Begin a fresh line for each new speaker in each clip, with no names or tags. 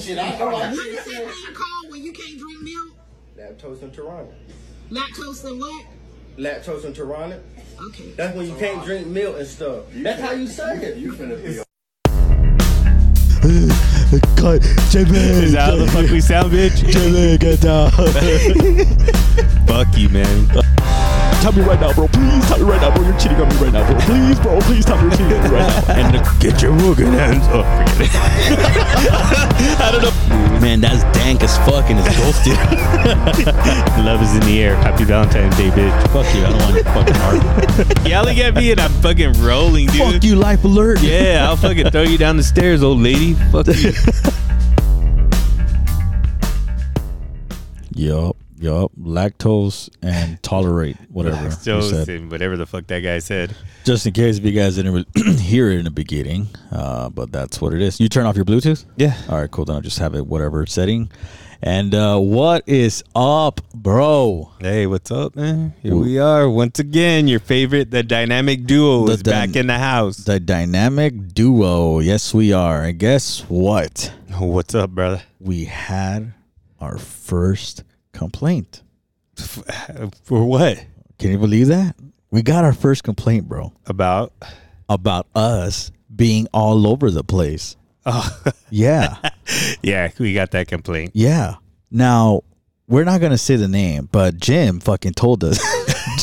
shit. I know I
What
did
is that
it.
thing called when you can't drink milk?
Lactose intolerant.
Lactose and what?
Lactose intolerant.
Okay.
That's when you can't drink milk and stuff. That's how you say it.
You finna be
Cut.
Is that how the fuck we sound, bitch?
get down.
fuck you, man.
Tell me right now, bro. Please tell me right now, bro. You're cheating on me right now, bro. Please, bro. Please tell me you're cheating on me right now.
And the, get your fucking hands up. Forget it. I don't know. Man, that's dank as fuck and it's ghosted. Love is in the air. Happy Valentine's Day, bitch. Fuck you. I don't want your fucking heart. Yelling at me and I'm fucking rolling, dude.
Fuck you, life alert.
Yeah, I'll fucking throw you down the stairs, old lady. Fuck you.
Yup. Yup. Lactose and tolerate whatever. you
Lactose
said.
and whatever the fuck that guy said.
Just in case if you guys didn't really hear it in the beginning, uh, but that's what it is. You turn off your Bluetooth?
Yeah.
All right, cool. Then I'll just have it whatever setting. And uh, what is up, bro?
Hey, what's up, man? Here we are once again. Your favorite, the dynamic duo,
The
is back
dyn-
in the house.
The dynamic duo. Yes, we are. And guess what?
what's up, brother?
We had our first complaint.
For what?
Can you believe that? We got our first complaint, bro,
About?
about us being all over the place. yeah.
Yeah, we got that complaint.
Yeah. Now, we're not going to say the name, but Jim fucking told us.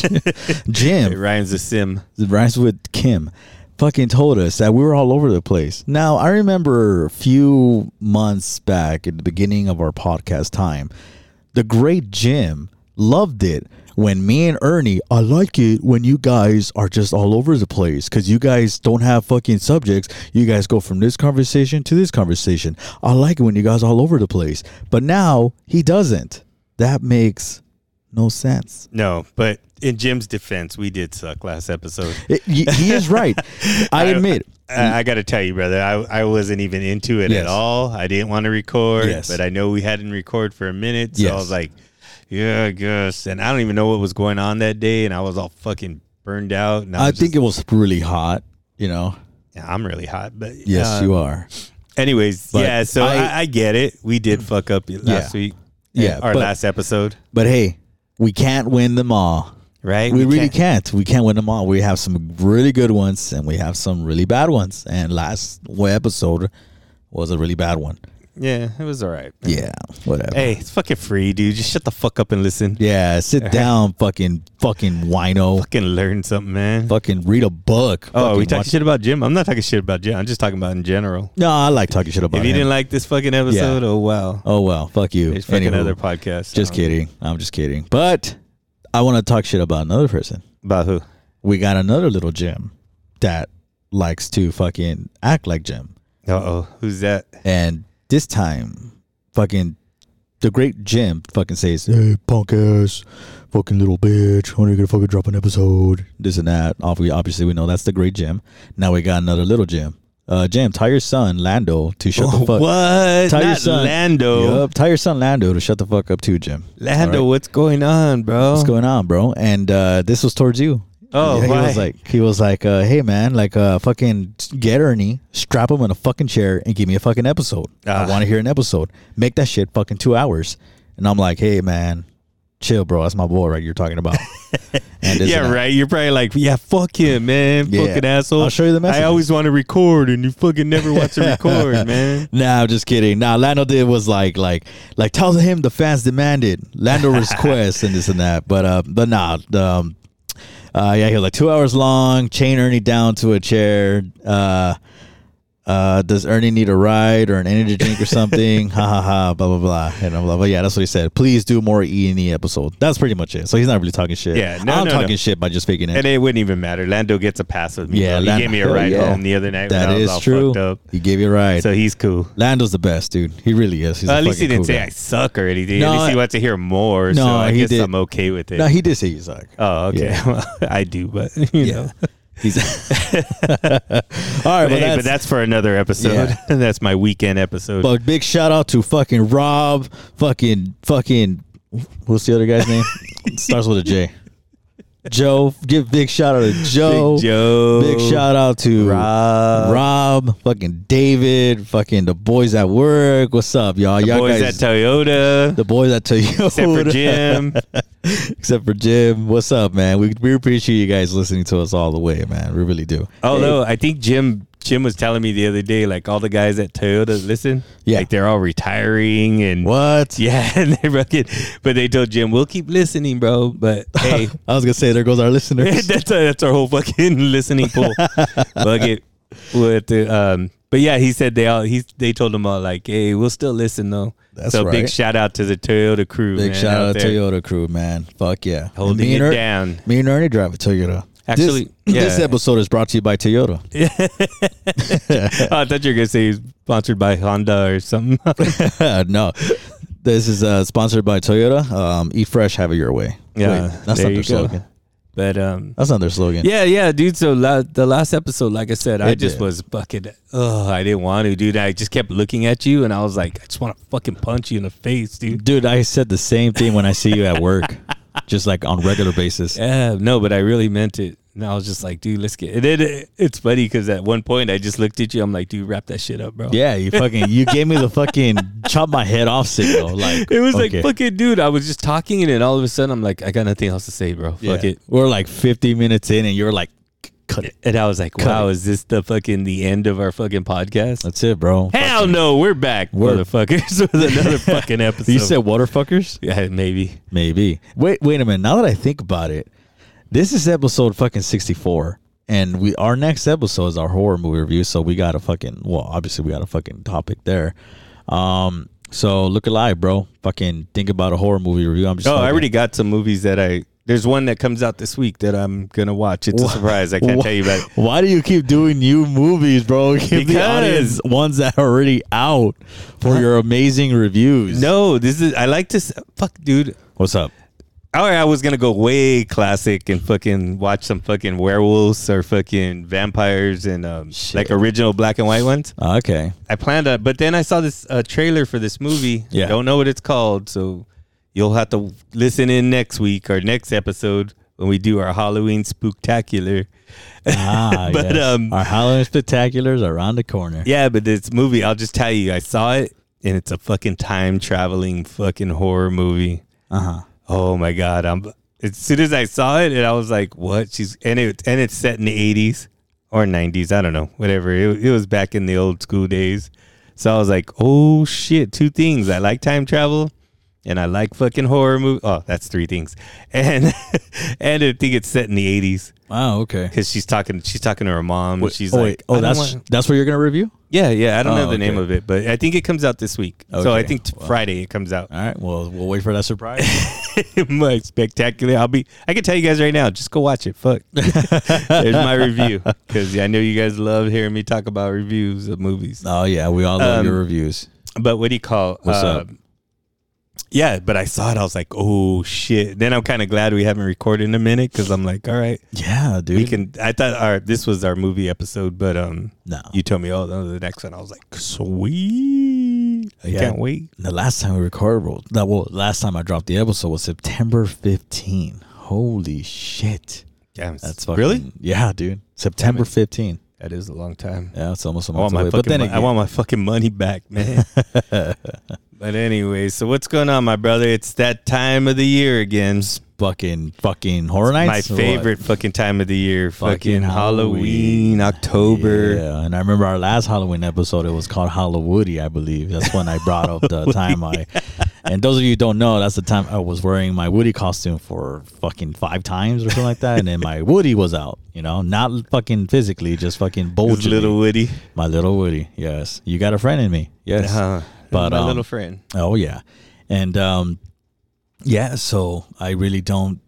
It
Jim,
rhymes with sim.
it rhymes with Kim, fucking told us that we were all over the place. Now, I remember a few months back at the beginning of our podcast time, the great Jim loved it when me and Ernie, I like it when you guys are just all over the place because you guys don't have fucking subjects. You guys go from this conversation to this conversation. I like it when you guys are all over the place. But now he doesn't. That makes no sense.
No, but in Jim's defense, we did suck last episode.
It- he, he is right. I admit.
I, I got to tell you, brother, I, I wasn't even into it
Yes.
at all. I didn't want to record,
Yes.
but I know we hadn't recorded for a minute. So I
Yes.
was like, yeah, I guess. And I don't even know what was going on that day. And I was all fucking burned out. And I,
I
was
think it was really hot, you know.
just, I'm really hot. But uh,
Yes, you are.
Anyways,
But
yeah, so I,
I- Mm.
I, get it. We did fuck up last
Yeah.
week. eh,
Yeah,
Our
but-
last episode.
But hey, we can't win them all.
Right?
we, really can't. We can't win them all. We have some really good ones and we have some really bad ones. And last episode was a really bad one.
Yeah, it was all right.
Yeah, whatever.
Hey, it's fucking free, dude. Just shut the fuck up and listen.
Yeah, sit down, fucking, fucking wino.
Fucking learn something, man.
Fucking read a book.
Oh,
Fucking
we talking
watch-
shit about Jim? I'm not talking shit about Jim. I'm just talking about in general.
No, I like talking shit about
if you
him.
didn't like this fucking episode, oh wow.
oh well, fuck you.
There's fucking
Anywho,
other podcasts.
just
Um,
kidding. I'm just kidding. But I want to talk shit about another person.
About who?
We got another little Jim that likes to fucking act like Jim.
Uh oh. Who's that?
And this time, fucking the great Jim fucking says, "Hey, punk ass, fucking little bitch, when are you gonna fucking drop an episode?" This and that. Obviously, obviously we know that's the great Jim. Now we got another little Jim. Uh, Jim, tie your son Lando to shut the fuck.
What?
Tie your
not
son
Lando.
Yup, tie your son Lando to shut the fuck up too, Jim.
Lando,
All right.
what's going on, bro?
what's going on, bro? And uh, this was towards you.
Oh,
Yeah, he
why?
was like, he was like, uh, "Hey, man, like, uh, fucking get Ernie, strap him in a fucking chair, and give me a fucking episode.
Ah.
I want to hear an episode. Make that shit fucking two hours." And I'm like, "Hey, man, chill, bro. That's my boy, right? You're talking about." and this
yeah,
and that.
right. You're probably like, yeah, fuck him, man.
Yeah.
Fucking asshole.
I'll show you the
I
messages.
always want to record, and you fucking never want to record, man.
Nah, I'm just kidding. Nah, Lando did was like, like, like, tell him the fans demanded Lando request and this and that. But, uh, but nah, um, uh, yeah, he was like two hours long, chain Ernie down to a chair. Uh, uh, does Ernie need a ride or an energy drink or something? ha ha ha, blah blah blah. And I'm like, well, yeah, that's what he said. Please do more E and E episode. That's pretty much it. So he's not really talking shit.
Yeah, no,
I'm
no,
talking
no.
shit by just faking it.
And it wouldn't even matter. Lando gets a pass with me.
Yeah,
Yeah, he
Lan-
gave me a
Hell
ride
yeah.
home the other night.
that
when
is
I was all
true.
Fucked up.
He gave you a ride.
So he's cool.
Lando's the best, dude. He really is. He's a
Uh, at least he
fucking
didn't
cool
say
guy.
I suck or anything.
No,
at least he
I-
wants to hear more. so
No,
I
he
guess
did.
I'm okay with it.
No, he did say you suck.
oh, okay.
Yeah.
Well, I do, but you know.
He's all right,
But,
but,
hey,
that's,
but that's for another episode.
Yeah.
that's my weekend episode.
but big shout out to fucking Rob, fucking fucking what's the other guy's name? It starts with a J. Joe. Give big shout out to Joe.
Big Joe.
Big shout out to
Rob.
Rob, fucking David, fucking the boys at work. What's up, y'all? y'all
Boys
guys,
at Toyota.
the boys at Toyota,
Except for Jim.
Except for Jim. What's up, man? We we appreciate you guys listening to us all the way, man. We really do.
Although I think Jim Jim was telling me the other day, like all the guys at Toyota, listen,
Yeah.
like they're all retiring and
What?
Yeah, and they fucking, but they told Jim, "We'll keep listening, bro." But hey,
I was gonna say there goes our listeners.
that's our, that's our whole fucking listening pool. Fuck it. With the, um, but yeah, he said they all he they told them all like, "Hey, we'll still listen though."
That's
so big
right.
shout out to the Toyota crew.
Big
man,
shout out,
out
to
there.
Toyota crew, man. Fuck yeah. And
Holding
me and
it
Er-
down.
Me and Ernie drive a Toyota.
Actually,
this,
yeah.
this episode is brought to you by Toyota.
Oh, I thought you were gonna say he's sponsored by Honda or something.
no, this is uh, sponsored by Toyota. Um, eat fresh, have it your way.
yeah,
Wait, that's
there
not their
you go.
slogan.
But um,
That's not their slogan.
Yeah, yeah, dude. So la- the last episode, like I said, I
It
just
did.
was fucking. Oh, I didn't want to, dude. I just kept looking at you, and I was like, I just want to fucking punch you in the face, dude.
dude, I said the same thing when I see you at work, just like on regular basis.
Yeah, no, but I really meant it. And I was just like, dude, let's get. And then it, it's funny because at one point I just looked at you. I'm like, dude, wrap that shit up, bro.
Yeah, you fucking you gave me the fucking chop my head off signal. Like
It was
okay.
like fucking dude. I was just talking, and then all of a sudden I'm like, I got nothing else to say, bro.
Yeah.
Fuck it.
We're like 50 minutes in, and you're like, "C- cut it.
And I was like,
Cut
wow,
it.
is this the fucking the end of our fucking podcast?
That's it, bro.
Hell no, we're back,
We're-
motherfuckers, with another fucking episode.
You said waterfuckers?
Yeah, maybe.
Maybe. Wait, wait a minute. Now that I think about it, this is episode fucking sixty four, and we our next episode is our horror movie review. So we got a fucking well, obviously we got a fucking topic there. Um, so look alive, bro. Fucking think about a horror movie review. I'm just.
Oh, I
like-
already got some movies that I. There's one that comes out this week that I'm gonna watch. It's a surprise. I can't
Why-
tell you about it.
Why do you keep doing new movies, bro? Give the
Because-
audience ones that are already out for your amazing reviews.
No, this is. I like to. s- Fuck, dude.
what's up?
All right, I was gonna go way classic and fucking watch some fucking werewolves or fucking vampires and um, like original black and white ones.
Okay,
I planned on, but then I saw this uh, trailer for this movie.
Yeah.
don't know what it's called, so you'll have to listen in next week or next episode when we do our Halloween spooktacular.
ah,
But,
yes.
um,
our Halloween spectaculars are around the corner.
Yeah, but this movie, I'll just tell you, I saw it and it's a fucking time traveling fucking horror movie.
Uh huh.
Oh my god, I'm as soon as I saw it and I was like, what? She's and it and it's set in the 80s or 90s, I don't know, whatever. It, it was back in the old school days. So I was like, oh shit, two things. I like time travel and I like fucking horror movie. Oh, that's three things. And and I think it's set in the 80s
Wow. Okay.
cuz she's talking she's talking to her mom and she's
oh,
like,
wait.
"I
oh,
don't
that's
want-
that's what you're gonna review.
yeah, yeah. I don't
Oh,
know the name
okay.
of it, but I think it comes out this week. So I
Okay. Uh.
think t- Friday it comes out.
All right. Well, we'll wait for that surprise.
my spectacular. I'll be. I can tell you guys right now. Just go watch it. Fuck. There's my review because I know you guys love hearing me talk about reviews of movies.
oh yeah, we all love
Um,
your reviews.
But what do you call? uh,
What's up?
Yeah, but I saw it. I was like, oh shit. Then I'm kind of glad we haven't recorded in a minute because I'm like, all right,
Yeah, dude.
we can. I thought our this was our movie episode, but um,
no.
you told me oh that was the next one. I was like, sweet. I
Yeah.
can't wait.
the last time we recorded, well, that well, last time I dropped the episode was September 15. Holy shit.
Yeah, it's-
That's fucking,
really
Yeah, dude. September 15.
that is a long time.
Yeah, it's almost a
I want
month
my
away.
fucking
But then
mo-
again,
I want my fucking money back, man. but anyway, so what's going on, my brother? It's that time of the year again.
fucking fucking horror
My
nights. or what?
favorite fucking time of the year, fucking,
Fucking
Halloween,
Halloween.
October.
Yeah, and I remember our last Halloween episode. It was called Hollywoody, I believe. That's when I brought up the time I. And those of you who don't know, that's the time I was wearing my Woody costume for fucking five times or something like that, and then my Woody was out. You know, not fucking physically, just fucking
With
bulging.
little Woody,
my little Woody. Yes, you got a friend in me. Yes,
Uh-huh.
but
my
um,
little friend.
Oh yeah, and um, yeah. So I really don't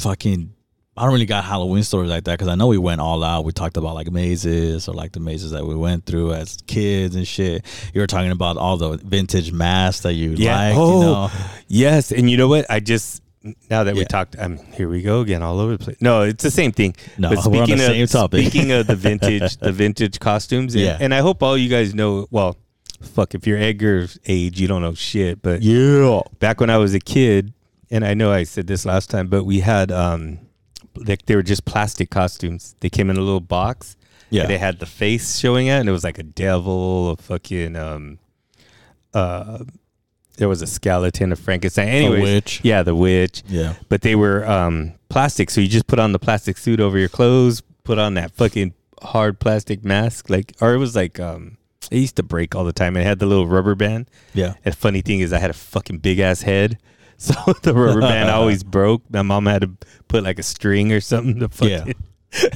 fucking. I don't really got Halloween stories like that because I know we went all out. We talked about like mazes or like the mazes that we went through as kids and shit. You were talking about all the vintage masks that you
Yeah.
liked.
oh,
You know?
yes. And you know what? I just now that we
Yeah.
talked, I'm here. We go again, all over the place. No, it's the same thing.
No, we're on the
of
same topic.
speaking of the vintage, the vintage costumes. And,
Yeah.
and I hope all you guys know. Well, fuck, if you're Edgar's age, you don't know shit. But
Yeah.
back when I was a kid, and I know I said this last time, but we had um, like they were just plastic costumes. They came in a little box.
Yeah.
and they had the face showing it, and it was like a devil, a fucking um, uh, there was a skeleton, a Frankenstein. Anyways,
witch.
Yeah, the witch.
Yeah.
but they were um plastic, so you just put on the plastic suit over your clothes, put on that fucking hard plastic mask, like or it was like um. It used to break all the time. It had the little rubber band.
Yeah.
And funny thing is, I had a fucking big ass head, so the rubber band always broke. My mom had to put like a string or something to
Yeah.
fucking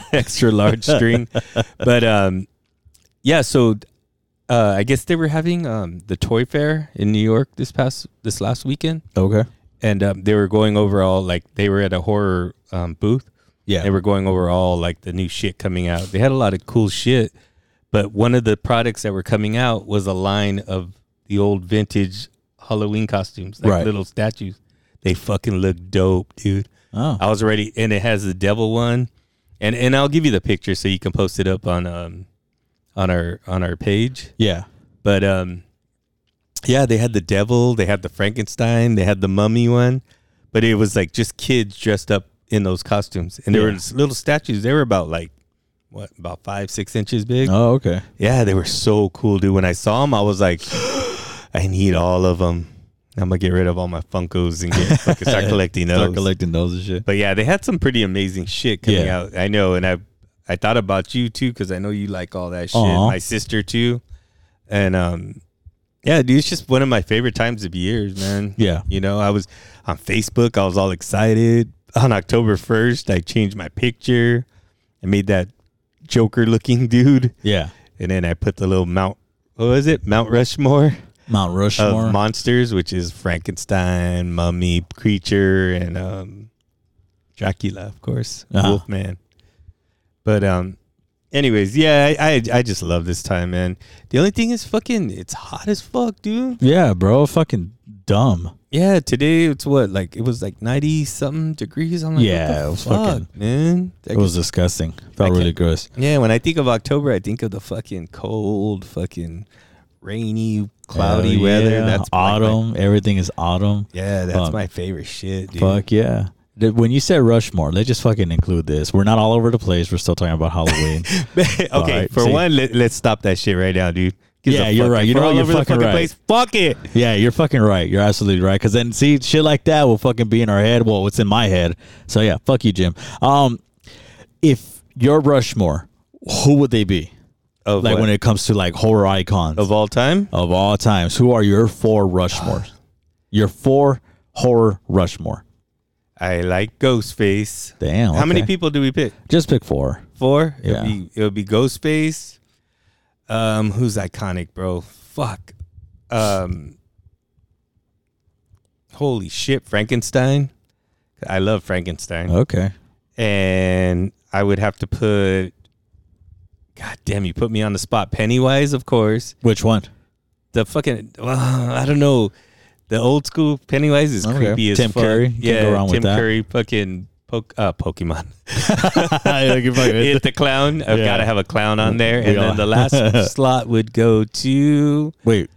extra large string. But um, yeah. So uh, I guess they were having um the toy fair in New York this past this last weekend,
Okay.
and um, they were going over all like they were at a horror um, booth.
Yeah.
They were going over all like the new shit coming out. They had a lot of cool shit, but one of the products that were coming out was a line of the old vintage Halloween costumes, like
Right.
little statues. They fucking look dope, dude.
Oh.
I was already, and it has the devil one, and and I'll give you the picture so you can post it up on um on our on our page.
Yeah.
But um, yeah, they had the devil, they had the Frankenstein, they had the mummy one, but it was like just kids dressed up in those costumes, and there
Yeah.
were just little statues. They were about like what, about five, six inches big.
Oh, okay.
Yeah, they were so cool, dude. When I saw them, I was like, I need all of them. I'm gonna get rid of all my Funkos and get fucking start collecting those.
Start collecting those and shit.
But yeah, they had some pretty amazing shit coming
Yeah.
out. I know, and I I thought about you too because I know you like all that shit.
Aw.
My sister too, and um, yeah, dude, it's just one of my favorite times of years, man.
Yeah.
you know, I was on Facebook. I was all excited on October first. I changed my picture. I made that Joker looking dude,
Yeah.
and then I put the little Mount. What was it? Mount Rushmore
Mount
of
Rushmore.
monsters, which is Frankenstein, mummy, creature, and um, Dracula, of course,
Uh-huh.
Wolfman. But um, anyways, yeah, I, I I just love this time, man. The only thing is, fucking, it's hot as fuck, dude.
yeah, bro. Fucking dumb.
Yeah, today it's what like it was like ninety something degrees. I'm like, yeah, what the it was fucking man. I
It was disgusting. Felt really gross.
Yeah, when I think of October, I think of the fucking cold, fucking rainy, cloudy
Hell
weather.
yeah.
That's like my-
autumn. Everything is autumn.
yeah, that's
Fuck.
my favorite shit, dude.
Fuck yeah. Th- When you said Rushmore, let's just fucking include this. We're not all over the place. We're still talking about Halloween.
okay,
Alright,
for
see.
one, let, let's stop that shit right now, dude.
Yeah, you're right. You know what? You're fucking right.
Fuck it.
yeah, you're fucking right. You're absolutely right. Because then, see, shit like that will fucking be in our head. Well, it's in my head. So yeah, fuck you, Jim. Um, if you're Rushmore, who would they be?
Of
Like
what?
when it comes to like horror icons
of all time,
of all times, who are your four Rushmores? your four horror Rushmore.
I like Ghostface.
Damn.
How many
okay.
people do we pick?
Just pick four.
Four.
Yeah.
It'll be, it'll be Ghostface. Um, who's iconic, bro? Fuck. Um, holy shit, Frankenstein. I love Frankenstein.
Okay.
and I would have to put. God damn, you put me on the spot. Pennywise, of course.
Which one?
The fucking well, I don't know. The old school Pennywise is
Okay.
creepy as
Tim
fuck.
Curry, you can't
yeah,
go wrong
Tim
with that.
Curry, fucking poke, uh, Pokemon.
It-
Is the clown? I've
Yeah.
got to have a clown on there,
We
and
all-
then the last slot would go to.
Wait.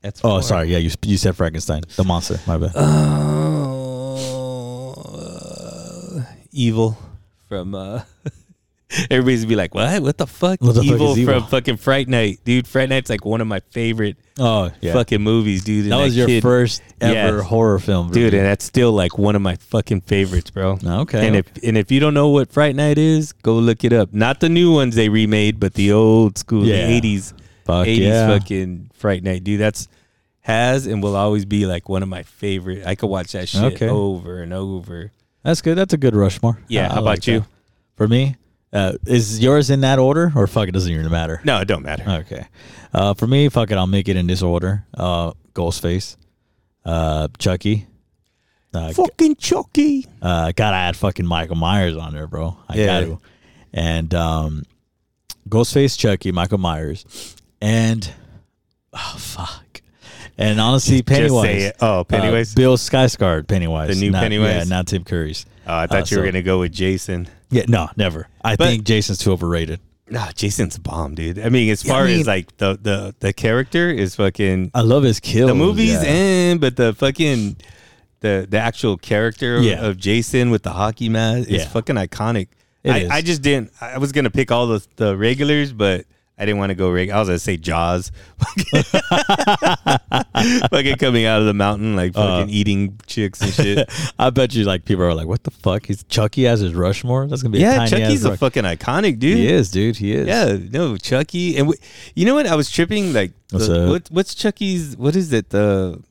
That's
Oh,
four.
sorry. Yeah, you you said Frankenstein, the monster. My bad.
Oh, evil from uh everybody's be like what what the fuck
What the fuck
evil,
is evil?
from fucking fright night dude fright night's like one of my favorite
Oh, yeah.
fucking movies dude and
that was your
kid-
first ever
Yeah.
horror film,
dude and that's still like one of my fucking favorites bro
Okay.
and if and if you don't know what fright night is go look it up not the new ones they remade but the old school
Yeah.
the 80s
Fuck
80s
yeah.
fucking fright night dude that's has and will always be like one of my favorite i could watch that shit
Okay.
over and over
That's good. That's a good Rushmore.
Yeah,
I- I
how about
like that.
you?
For me, uh, is yours in that order, or fuck, it doesn't even matter.
No, it don't matter.
Okay. Uh, for me, fuck it, I'll make it in this order. Uh, Ghostface, uh, Chucky. Uh,
Fucking Chucky.
uh, gotta add fucking Michael Myers on there, bro. I
Yeah.
gotta. And um, Ghostface, Chucky, Michael Myers, and oh fuck, and honestly, Pennywise.
it. Oh,
Uh,
Pennywise?
Bill Skarsgård, Pennywise,
The new
not,
Pennywise?
yeah, not Tim Curry's.
Oh, I thought
Uh,
you were
so-
gonna go with Jason.
Yeah, no, never. I
But-
think Jason's too overrated.
No, Jason's a bomb, dude. I mean, as far
mean-
as like the the the character is fucking
I love his kill.
the movies
Oh, yeah.
and but the fucking the the actual character
Yeah.
of Jason with the hockey mask is
Yeah.
fucking iconic.
It
I,
is.
I just didn't. I I was gonna pick all the the regulars, but I didn't want to go regular. I was gonna say Jaws, fucking coming out of the mountain like
Uh.
fucking eating chicks and shit.
I bet you like people are like, what the fuck? He's Chucky has his Rushmore. That's gonna be
yeah,
A tiny
Chucky's
ass
a fucking iconic dude.
He is, dude. He is.
Yeah, no, Chucky, and w- you know what? I was tripping. Like,
What's
the-
up?
what, what's Chucky's? What is it? The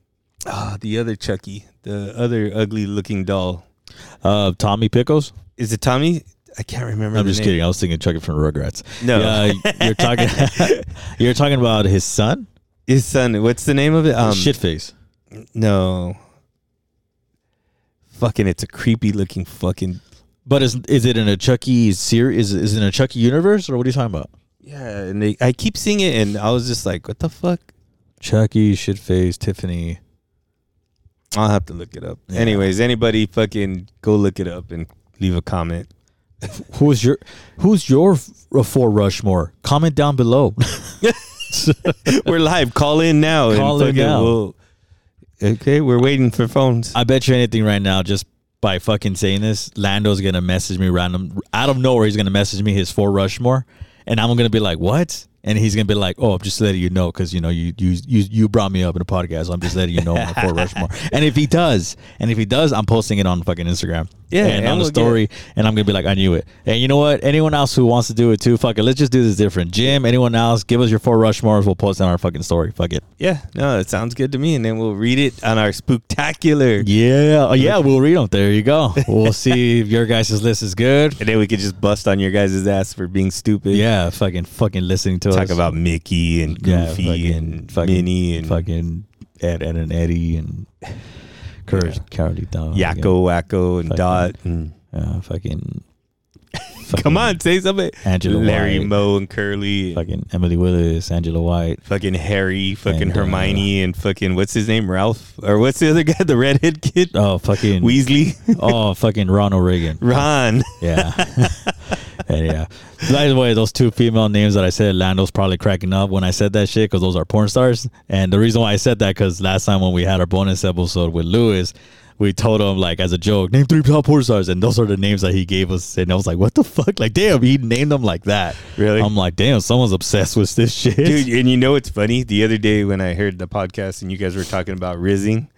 ah, the other Chucky, the other ugly-looking doll.
Uh, Tommy Pickles.
Is it Tommy? I can't remember.
I'm
the
just
name.
kidding. I was thinking Chucky from Rugrats.
No.
Yeah, uh, you're talking. you're talking about his son.
His son. What's the name of
Oh,
it? Um,
Shitface.
No. Fucking, it's a creepy-looking fucking.
But is is it in a Chucky series? Is, is it in a Chucky universe, or what are you talking about?
Yeah, and they, I keep seeing it, and I was just like, "What the fuck."
Chucky, Shitface, Tiffany.
I'll have to look it up. Anyways, anybody fucking go look it up and leave a comment.
Who's your Who's your f- for Rushmore? Comment down below.
We're live. Call in now. Uh, and
Call in
fucking
now.
we'll- okay, we're waiting for phones.
I bet you anything right now, just by fucking saying this, Lando's gonna message me random out of nowhere. He's gonna message me his four Rushmore, and I'm gonna be like, "What?" And he's gonna be like, "Oh, I'm just letting you know because you know you you you you brought me up in a podcast. So I'm just letting you know my four Rushmore." And if he does, and if he does, I'm posting it on fucking Instagram.
Yeah,
and,
and
on the
we'll get it.
story, and I'm gonna be like, I knew it. And you know what? Anyone else who wants to do it too, fuck it. Let's just do this different. Jim, anyone else, give us your four Rushmores. We'll post it on our fucking story. Fuck it.
yeah, no, it sounds good to me. And then we'll read it on our spooktacular.
Yeah, oh, yeah, we'll read them. There you go. We'll see if your guys' list is good.
And then we could just bust on your guys' ass for being stupid.
Yeah, fucking, fucking listening to us
Talk about Mickey and
yeah,
Goofy and
fucking,
Minnie and
fucking Ed, Ed and Eddie and Courage, Cowardly Dog,
Yakko Wacko and
Fucking-
Dot. And
uh, fucking, fucking,
come on, say something.
Angela
Larry,
White.
Moe, and Curly. and
fucking Emily Willis, Angela White,
Fucking Harry, fucking
And, uh,
Hermione, and fucking what's his name, Ralph, or what's the other guy, the redhead kid,
oh fucking,
Weasley,
oh fucking Ronald Reagan,
Ron.
Yeah. and yeah. By the way, those two female names that I said, Lando's probably cracking up when I said that shit because those are porn stars. And the reason why I said that because last time when we had our bonus episode with Lewis, we told him like as a joke, name three top porn stars, and those are the names that he gave us. And I was like, what the fuck? Like, damn, he named them like that.
Really?
I'm like, damn, someone's obsessed with this shit.
Dude, and you know what's funny? The other day when I heard the podcast and you guys were talking about rizzing,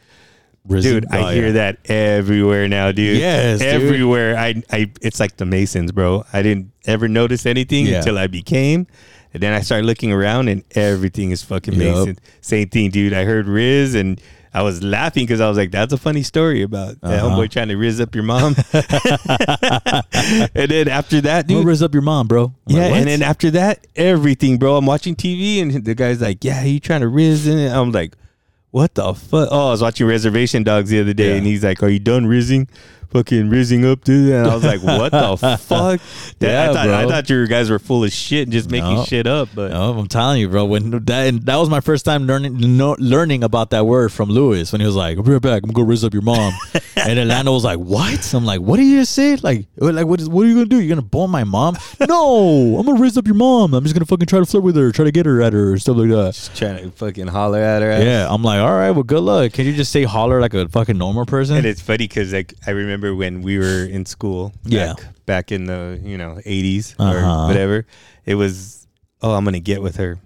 dude, I hear that everywhere now, dude.
Oh, Yes, dude.
everywhere. I, I, it's like the Masons, bro. I didn't ever notice anything
Yeah.
until I became, and then I started looking around, and everything is fucking
Yup.
Mason. Same thing, dude. I heard riz, and I was laughing because I was like, "That's a funny story about that
Uh-huh.
homeboy trying to riz up your mom." and then after that,
Dude,
dude,
raise up your mom, bro. I'm
yeah,
like,
and
"What?"
then after that, everything, bro. I'm watching TV, and the guy's like, "Yeah, you trying to riz?" And I'm like, "What the fuck?" Oh, I was watching Reservation Dogs the other day,
Yeah.
and he's like, "Are you done rizzing?" Fucking rizzing up, dude. And I was like, "What the fuck?"
Yeah,
I thought I
bro.
thought you guys were full of shit and just making
No.
shit up, but
No, Oh, I'm telling you, bro. When that and that was my first time learning no, learning about that word from Lewis when he was like, "I'll be right back. I'm gonna go raise up your mom." and then Lando was like, "What?" I'm like, "What did you just say? Like, what- like what is what are you gonna do? You're gonna bone my mom? no, I'm gonna raise up your mom. I'm just gonna fucking try to flirt with her, try to get her at her, or stuff like that."
just trying to fucking holler at her.
Yeah, I'm like, all right, well, good luck. Can you just say holler like a fucking normal person?
And it's funny because like I remember when we were in school, back,
Yeah.
back in the you know 80s
Uh-huh.
or whatever, it was oh I'm gonna get with her,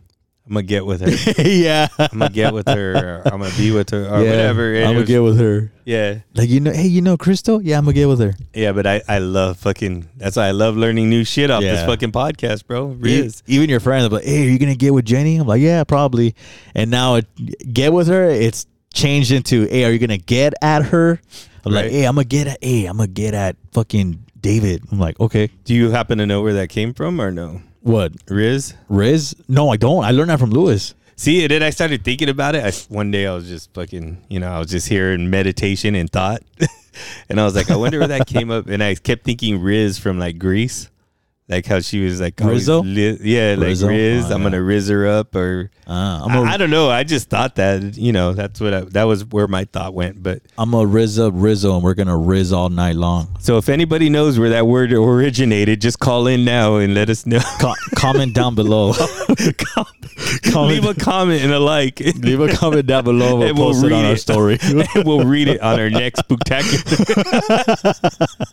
I'm gonna get with her.
yeah,
I'm gonna get with her. Or I'm gonna be with her, or
Yeah,
whatever. And
I'm
it
gonna
was-
get with her.
yeah,
Like you know, hey, you know Crystal? Yeah, I'm gonna get with her.
yeah. But I, I love fucking. That's why I love learning new shit off this
Yeah.
fucking podcast, bro.
E-
Riz.
Even your friends are like, "Hey, are you gonna get with Jenny?" I'm like, "Yeah, probably." And now it get with her. It's changed into, "Hey, are you gonna get at her?" I'm like,
Right.
"Hey, I'm gonna get at. Hey, I'm gonna get at fucking David." I'm like, "Okay,
Do you happen to know where that came from, or no?
what
Riz.
Riz? No, I don't. I learned that from Lewis.
See, and then I started thinking about it. I, one day I was just fucking, you know, I was just here in meditation and thought, and I was like, I wonder where that came up. And I kept thinking Riz from like Greece. Like how she was like always
Rizzo?
li- yeah, like
Rizzo?
Riz.
Oh,
I'm
yeah.
gonna Riz her up, or
Uh,
I
I'm a
I, I don't know. I just thought that you know that's what I, that was where my thought went. But
I'm a Riz up Rizzo, and we're gonna Riz all night long.
so if anybody knows where that word originated, just call in now and let us know.
Co- comment down below.
Com- Leave a comment and a like.
Leave a comment down below. We'll
And we'll
post it on
read
our
it.
story.
And we'll read it on our next spectacular.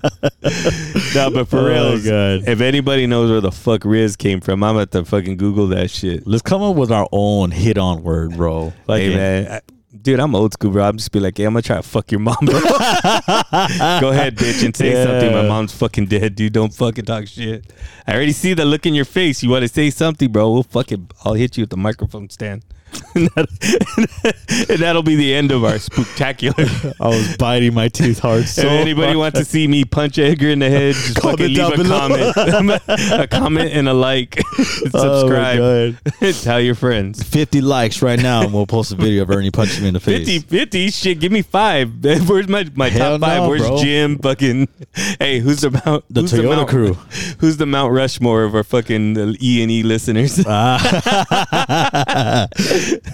no, but for
Oh,
real,
my God.
if anybody knows where the fuck Riz came from, I'm about to fucking Google that shit.
Let's come up with our own hit on word, bro. Like,
hey man, I- dude, I'm old school, bro. I'm just be like, hey, I'm gonna try to fuck your mom. bro." Go ahead, bitch, and say
Yeah.
something. My mom's fucking dead, dude. Don't fucking talk shit. I already see the look in your face. You want to say something, bro? We'll fucking. I'll hit you with the microphone stand. and, that, and that'll be the end of our spectacular.
I was biting my teeth hard. So
if anybody
hard.
wants to see me punch Edgar in the head, just
Comment
fucking leave
down
a
below.
comment, a comment and a like,
Oh, my
subscribe, tell your friends.
50 likes right now, and we'll post a video of Ernie punching me in the face.
50 50 shit give me five where's my my
Hell
top five
no,
where's
bro.
jim fucking hey who's the mount
The
who's
Toyota
mount,
crew.
who's the mount rushmore of our fucking e and e listeners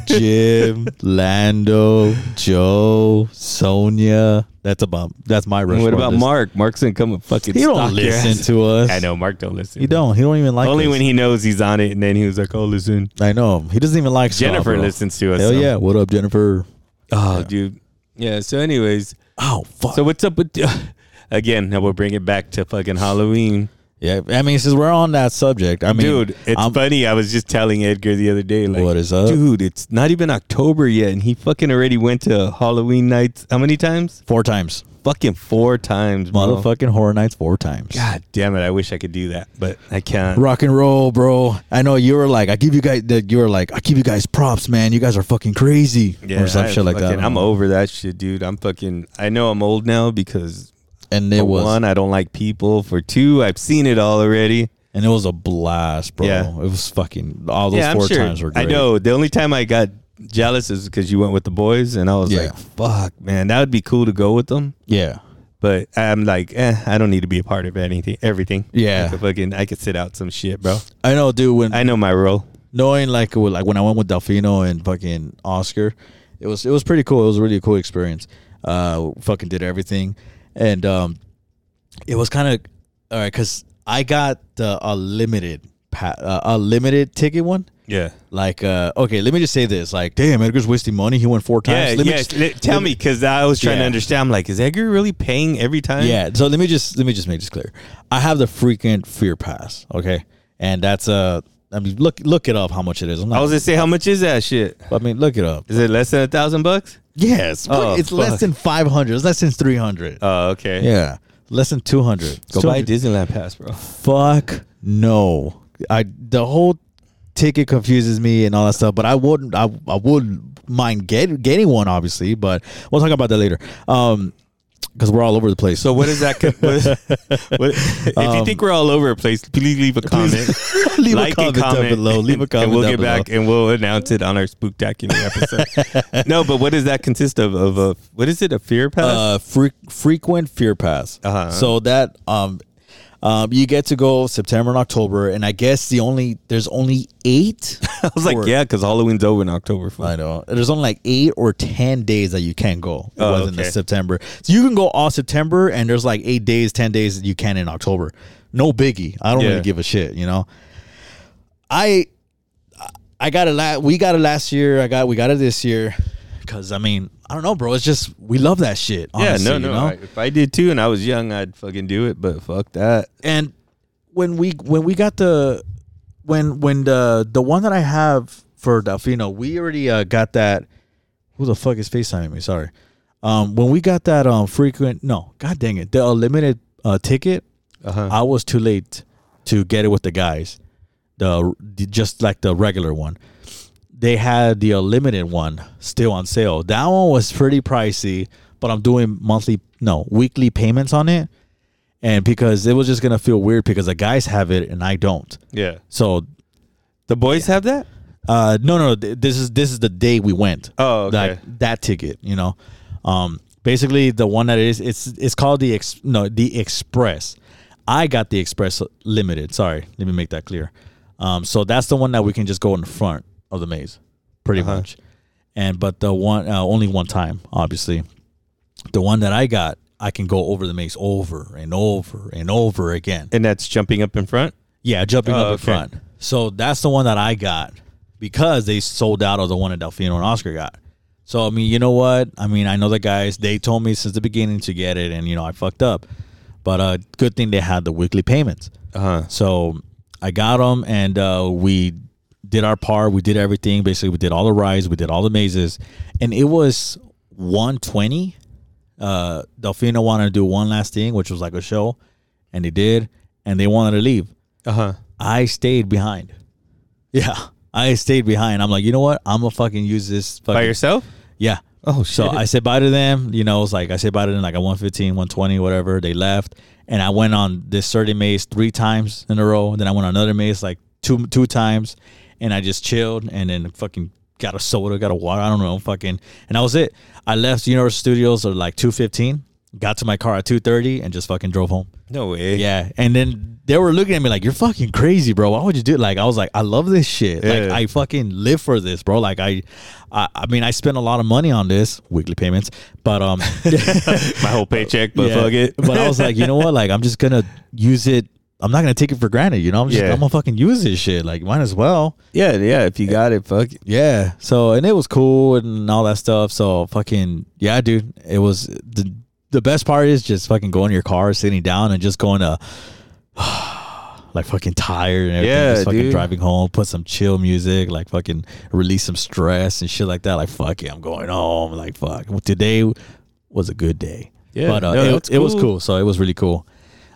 Jim, Lando, Joe, Sonia. That's about that's my
And
Rushmore.
what about
list.
mark mark's gonna come and fucking
He don't
stalk your
listen
ass.
to us.
i know mark don't listen
He don't. He don't even like.
only
us.
when he knows he's on it and then he was like oh listen
I know him. He doesn't even like Scott,
jennifer
bro.
listens to us
Hell
so-
yeah! What up, Jennifer?
oh dude yeah so anyways
Oh fuck!
so what's up with again now we'll bring it back to fucking halloween
yeah, I mean, since we're on that subject, I mean,
dude, it's
I'm-
funny. I was just telling Edgar the other day, like,
What is up?
dude? It's not even October yet, and he fucking already went to Halloween nights. How many times?
four times,
Fucking four times, bro.
motherfucking horror nights, four times.
God damn it! I wish I could do that, but I can't.
Rock and roll, bro. I know you were like, I give you guys that. You were like, I give you guys props, man. You guys are fucking crazy, or some
I
shit like that.
fucking- I'm over that shit, dude. I'm fucking. I know I'm old now because
and it
for
was
one, I don't like people. For two, I've seen it all already.
and it was a blast, bro.
Yeah.
It was fucking all those
yeah,
four
I'm sure.
times were great.
I know. The only time I got jealous is because you went with the boys, and I was
Yeah.
like, "Fuck, man, that would be cool to go with them."
Yeah,
But I'm like, eh, I don't need to be a part of anything, everything.
Yeah.
I could fucking, I could sit out some shit, bro.
I know, dude. When
I know my role.
knowing like with- like when I went with Delfino and fucking Oscar, it was it was pretty cool. It was really a cool experience. Uh, fucking did everything, and um, it was kind of all right because I got the a limited pa- uh, a limited ticket one.
Yeah.
Like, uh, okay, let me just say this. Like, damn, Edgar's wasting money. He went four times.
Yeah,
let me
yeah.
just-
li- tell me, because I was trying
Yeah.
to understand. I'm like, is Edgar really paying every time?
Yeah. So let me just let me just make this clear. I have the freaking fear pass. Okay, and that's uh, I mean, look look it up how much it is. I'm not.
I was gonna say, how much is that shit?
I mean, look it up.
Is it less than a thousand bucks?
Yes.
Oh,
it's
fuck.
less than five hundred. It's less than three hundred.
Oh, okay.
yeah. Less than two hundred.
Go buy a Disneyland pass, bro.
Fuck no. I the whole ticket confuses me and all that stuff. But I wouldn't. I I wouldn't mind get getting one, obviously. But we'll talk about that later. Um, because we're all over the place.
So what is that? co- what, what, if you think we're all over the place, please leave a comment.
leave
like
a comment,
and
down
comment
below. Leave a comment.
and we'll
down
get
below.
back and we'll announce it on our spooktacular episode. no, but what does that consist of? Of a what is it? A fear pass?
uh, fre- frequent fear pass.
Uh-huh.
So that um, um, you get to go September and October, and I guess the only there's only eight.
I was like,
or-
yeah, because Halloween's over in October. fool.
I know there's only like eight or ten days that you can go
Oh,
within the
okay.
September. So you can go all September, and there's like eight days, ten days that you can in October. No biggie. I don't
Yeah.
really give a shit. You know, I I got it. La- we got it last year. I got we got it this year. Cause I mean I don't know, bro. It's just we love that shit. honestly,
yeah, no,
you
no.
know?
I- if I did too, and I was young, I'd fucking do it. But fuck that.
and when we when we got the when when the the one that I have for Delfino, we already uh, got that. Who the fuck is FaceTiming me? Sorry. Um, when we got that um frequent no, god dang it, the unlimited uh, ticket,
Uh-huh.
I was too late to get it with the guys. The just like the regular one, they had the unlimited one still on sale. That one was pretty pricey, but I'm doing monthly no weekly payments on it and because it was just gonna feel weird because the guys have it and I don't.
Yeah.
So,
The boys have that.
uh, no, no, th- this is this is the day we went.
Oh, okay.
like that ticket, you know. Um, basically the one that is it's it's called the ex- no the express. I got the express limited. Sorry, let me make that clear. Um, so that's the one that we can just go in the front of the maze, pretty
Uh-huh.
much. And but the one uh, only one time, obviously. The one that I got, I can go over the maze over and over and over again.
And that's jumping up in front.
Yeah, jumping up
Oh,
in
okay.
front. So that's the one that I got because they sold out of the one that Delfino and Oscar got. So I mean, you know what? I mean, I know the guys. They told me since the beginning to get it, and you know I fucked up. But uh, good thing they had the weekly payments.
Uh-huh.
So I got them, and uh, we did our part. We did everything. Basically, we did all the rides, we did all the mazes, and it was one twenty. Uh, Delfino wanted to do one last thing, which was like a show, and they did, and they wanted to leave.
Uh huh.
I stayed behind. Yeah, I stayed behind. I'm like, you know what? I'm gonna fucking use this. Fucking,
By yourself?
Yeah.
Oh,
So
shit.
I said bye to them. You know, it's like I said bye to them like at 115, 120, whatever. They left, and I went on this 30 maze three times in a row. And then I went on another maze like two two times, and I just chilled and then fucking got a soda, got a water. I don't know, fucking, and that was it. I left Universal Studios at like 2:15, got to my car at 2:30, and just fucking drove home.
No way.
Yeah, and then they were looking at me like, "You're fucking crazy, bro. Why would you do it?" Like, I was like, "I love this shit. Like,
Yeah.
I fucking live for this, bro. Like, I, I, I mean, I spent a lot of money on this weekly payments, but um,
My whole paycheck, but
yeah,
fuck it.
but I was like, you know what? Like, I'm just gonna use it. I'm not gonna take it for granted. You know, I'm just
Yeah.
I'm gonna fucking use this shit. Like, might as well.
yeah, yeah. If you got it, fuck it.
Yeah. So and it was cool and all that stuff. So fucking yeah, dude. It was the the best part is just fucking going to your car, sitting down, and just going to like fucking tired and everything.
Yeah,
just fucking
dude.
driving home, put some chill music, like fucking release some stress and shit like that. Like fuck it, I'm going home. Like fuck, well, today was a good day.
Yeah,
but uh,
no,
it,
that's
it was
cool.
cool. So it was really cool.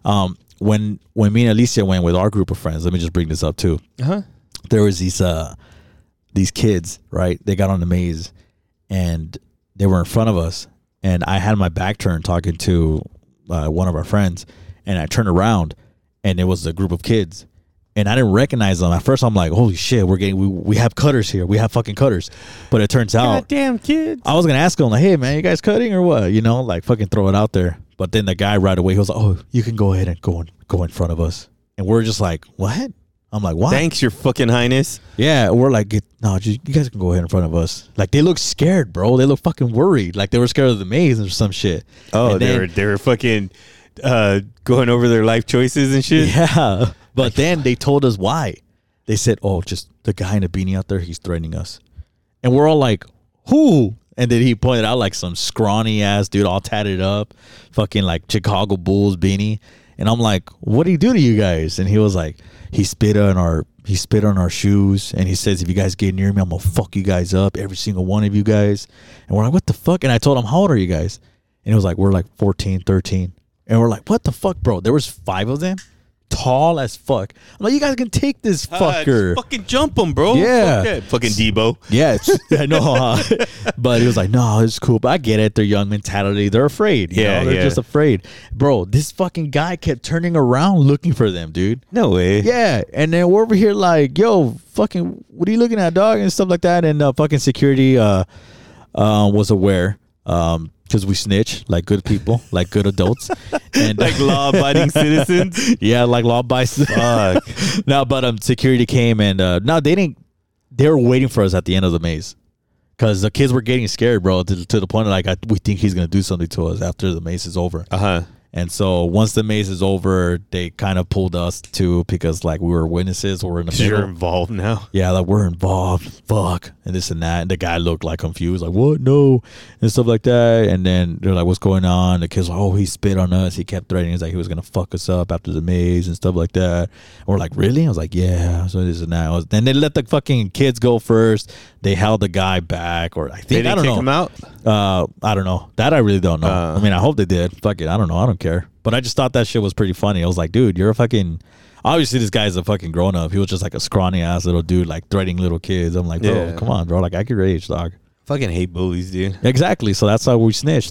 Um, when when me and Alicia went with our group of friends, let me just bring this up too
Huh?
there was these uh these kids right they got on the maze and they were in front of us and i had my back turned talking to uh, one of our friends and i turned around and it was a group of kids and i didn't recognize them at first i'm like holy shit we're getting we, we have cutters here we have fucking cutters but it turns out
Goddamn kids.
I was gonna ask him like, "Hey man, you guys cutting or what?" You know, like fucking throw it out there. But then the guy right away he was like, "Oh, you can go ahead and go in, go in front of us," and we're just like, "What?" I'm like, "Why?"
Thanks, your fucking highness.
Yeah, we're like, "Get- no, ju- you guys can go ahead in front of us. Like they look scared, bro. They look fucking worried. Like they were scared of the maze or some shit.
Oh,
And
they
then-
were they were fucking uh, going over their life choices and shit.
yeah. But then they told us why. They said, "Oh, just the guy in a beanie out there. He's threatening us," and we're all like, "Who?" And then he pointed out like some scrawny ass dude, all tatted up, fucking like Chicago Bulls beanie. And I'm like, "What did he do to you guys?" And he was like, "He spit on our." He spit on our shoes and he says, If you guys get near me, I'm gonna fuck you guys up, every single one of you guys. And we're like, What the fuck? And I told him, How old are you guys? And it was like, We're like 14, 13. And we're like, What the fuck, bro? There was five of them, tall as fuck. I'm like, You guys can take this
Ah, just
fucker.
fucking jump them, bro.
Yeah.
Fuck that. Fucking Debo.
Yes, I know. huh? uh, but he was like, "No, it's cool." But I get it. Their young mentality. They're afraid. You
Yeah,
know? they're
yeah.
just afraid, bro. This fucking guy kept turning around looking for them, dude.
No way.
Yeah, and then we're over here like, "Yo, fucking, what are you looking at, dog?" and stuff like that. And uh, fucking security uh, uh, was aware um, because we snitch like good people, like good adults, and
Like law-abiding citizens.
yeah, like law by no, but um, security came and uh, no, they didn't. They were waiting for us at the end of the maze because the kids were getting scared, bro, to, to the point of like I, we think he's gonna do something to us after the maze is over.
Uh huh.
And so once the maze is over, they kind of pulled us too because like we were witnesses, we were in the
You're
middle.
involved now.
Yeah, like we're involved, fuck, and this and that. And the guy looked like confused, like what, no, and stuff like that. And then they're like, what's going on? The kids, like, oh, he spit on us. He kept threatening us, like he was gonna fuck us up after the maze and stuff like that. And we're like, really? I was like, yeah. So this and that. I was, then they let the fucking kids go first. They held the guy back, or I think
They didn't
I don't
kick
know.
him out.
Uh, I don't know. That I really don't know.
Uh.
I mean, I hope they did. Fuck it. I don't know. I don't care. But I just thought that shit was pretty funny. I was like, dude, you're a fucking. Obviously, this guy's a fucking grown up. He was just like a scrawny ass little dude, like threatening little kids. I'm like, bro,
Yeah.
come on, bro. Like, I could rage, dog.
Fucking hate bullies, dude.
Exactly. So that's how we snitched.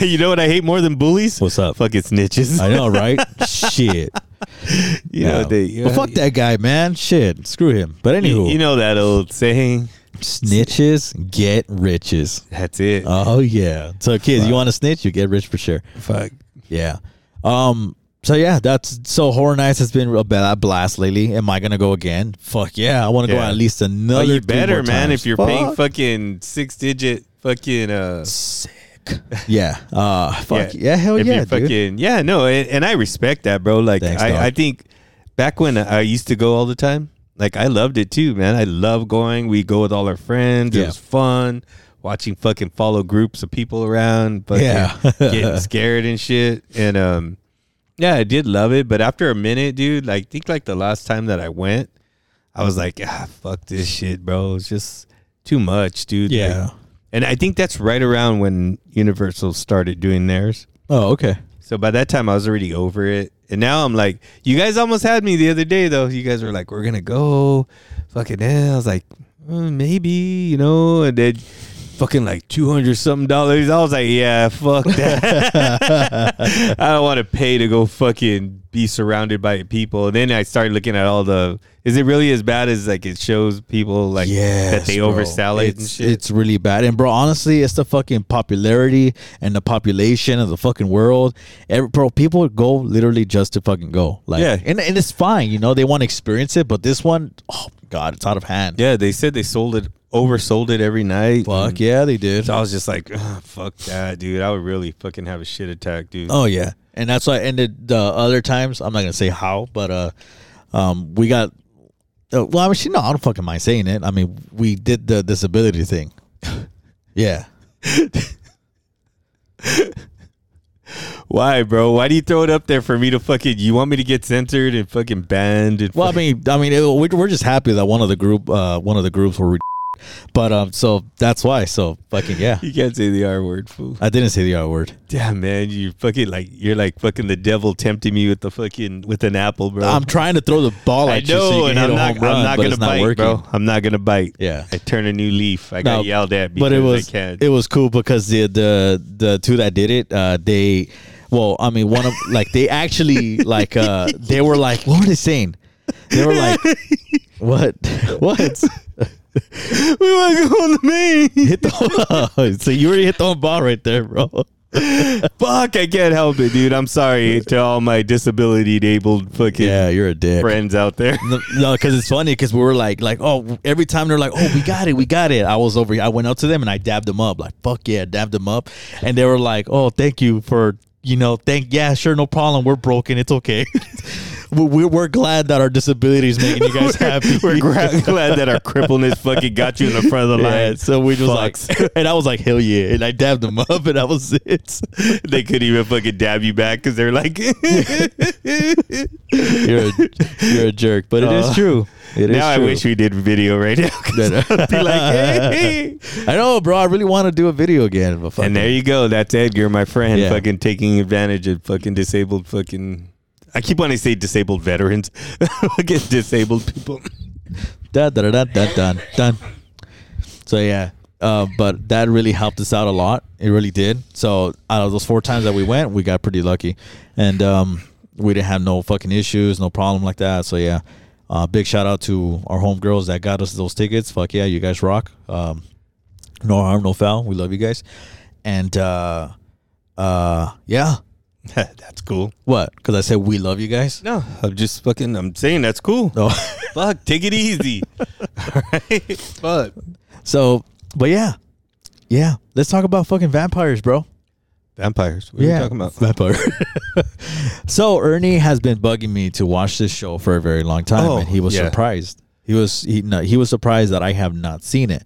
you know what I hate more than bullies?
What's up?
Fucking snitches.
I know, right? shit.
you know they. You
but fuck that guy, man. Shit. Screw him. But anywho,
You, you know that old saying.
snitches get riches.
That's it.
Oh yeah. So kids, you want to snitch, you get rich for sure.
fuck.
Yeah. Um. So yeah, that's so horror nights has been a ba- a blast lately. Am I gonna go again? Fuck yeah, I want to go
Yeah.
at least another.
But you
three
better,
more
man,
times.
if you're
Fuck.
paying fucking six digit fucking uh
sick. Yeah. Uh. Fuck yeah. hell
if
yeah,
you
dude.
fucking, Yeah, no, and, and I respect that, bro. Like
Thanks, dog.
I, I think back when I used to go all the time, like I loved it too, man. I love going. We go with all our friends.
Yeah.
It was fun watching fucking follow groups of people around, but
Yeah.
getting scared and shit. And um, yeah, I did love it, but after a minute, dude, like think like the last time that I went, I was like, ah, fuck this shit, bro. It's just too much, dude. Like,
Yeah.
and I think that's right around when Universal started doing theirs.
Oh, okay.
So by that time, I was already over it. And now I'm like, you guys almost had me the other day, though. You guys were like, we're going to go. Fucking hell. I was like, "Uh, maybe, you know, and then fucking like 200 something dollars. I was like, yeah, fuck that. I don't want to pay to go fucking be surrounded by people. And then I started looking at all the, is it really as bad as like it shows people like that they
bro.
oversalivate
It's-
and shit?
It's really bad. And bro, honestly, it's the fucking popularity and the population of the fucking world. Every, bro, people go literally just to fucking go. Like,
Yeah.
and, and it's fine, you know, they want to experience it, but this one, oh my god, it's out of hand.
Yeah, Mm-hmm. they said they sold it, oversold it every night.
Fuck yeah, they did.
So I was just like, "Ugh, fuck that, dude. I would really fucking have a shit attack, dude.
Oh yeah, and that's why. And the, the other times, I'm not gonna say how, but uh, um, we got. Uh, well, I mean, she, no, I don't fucking mind saying it. I mean, we did the disability thing. yeah,
Why, bro? Why do you throw it up there for me to fucking? You want me to get censored and fucking banned? And
Well, I
fucking-
mean, I mean, it, we're, we're just happy that one of the group, uh, one of the groups were, re- but um, so that's why. So fucking yeah,
you can't say the R word, fool.
I didn't say the R word.
Damn, man, you fucking like you're like fucking the devil tempting me with the fucking with an apple, bro.
I'm trying to throw the ball
I
at you so you
know,
can
and
hit
I'm
a
not.
home run,
I'm not
but
gonna
it's not
bite,
working.
bro. I'm not gonna bite.
Yeah.
I turn a new leaf. I got
No,
yelled at, because
but it was
I can't.
it was cool because the the the two that did it, uh, they, well, I mean, one of like they actually like uh they were like, what were they saying? They were like, what, what?
we want to go on the main.
Hit the so you already hit the home ball right there, bro.
Fuck, I can't help it, dude. I'm sorry to all my disability-enabled fucking
Yeah, you're a dick.
friends out there.
No, no, because it's funny because we were like, like, oh, every time they're like, oh, we got it, we got it. I was over, here. I went up to them and I dabbed them up, like, fuck yeah, dabbed them up, and they were like, oh, thank you for, you know, thank yeah, sure, no problem, we're broken, it's okay. we, we- we're glad that our disability is making you guys happy.
We're gra- glad that our crippleness fucking got you in the front of the
Yeah,
line.
so we just
Fucks.
like, and I was like, hell yeah, and I dabbed them up, and that was it.
they couldn't even fucking dab you back because they're like,
You're a, you're a jerk, but it is
Uh,
true. It is
now I
true.
wish we did video right now. 'cause I'd be like, hey.
I know, bro. I really want to do a video again, but fuck
And
it.
there you go. That's Edgar, my friend,
Yeah.
fucking taking advantage of fucking disabled fucking. I keep wanting to say disabled veterans, fucking disabled people.
da da da da da dun dun. So yeah, uh, but that really helped us out a lot. It really did. So out of those four times that we went, we got pretty lucky, and um, we didn't have no fucking issues, no problem like that. So yeah, uh, big shout out to our homegirls that got us those tickets. Fuck yeah, you guys rock. Um, no harm, no foul. We love you guys, and uh, uh, yeah.
that's cool.
What? Because I said we love you guys.
No, I'm just fucking. I'm saying that's cool.
No.
Fuck, take it easy. All right, fuck.
so, but yeah, yeah. Let's talk about fucking vampires, bro.
Vampires. What are you talking about?
Vampire. so Ernie has been bugging me to watch this show for a very long time,
Oh,
and he was
yeah.
surprised. He was he no, he was surprised that I have not seen it,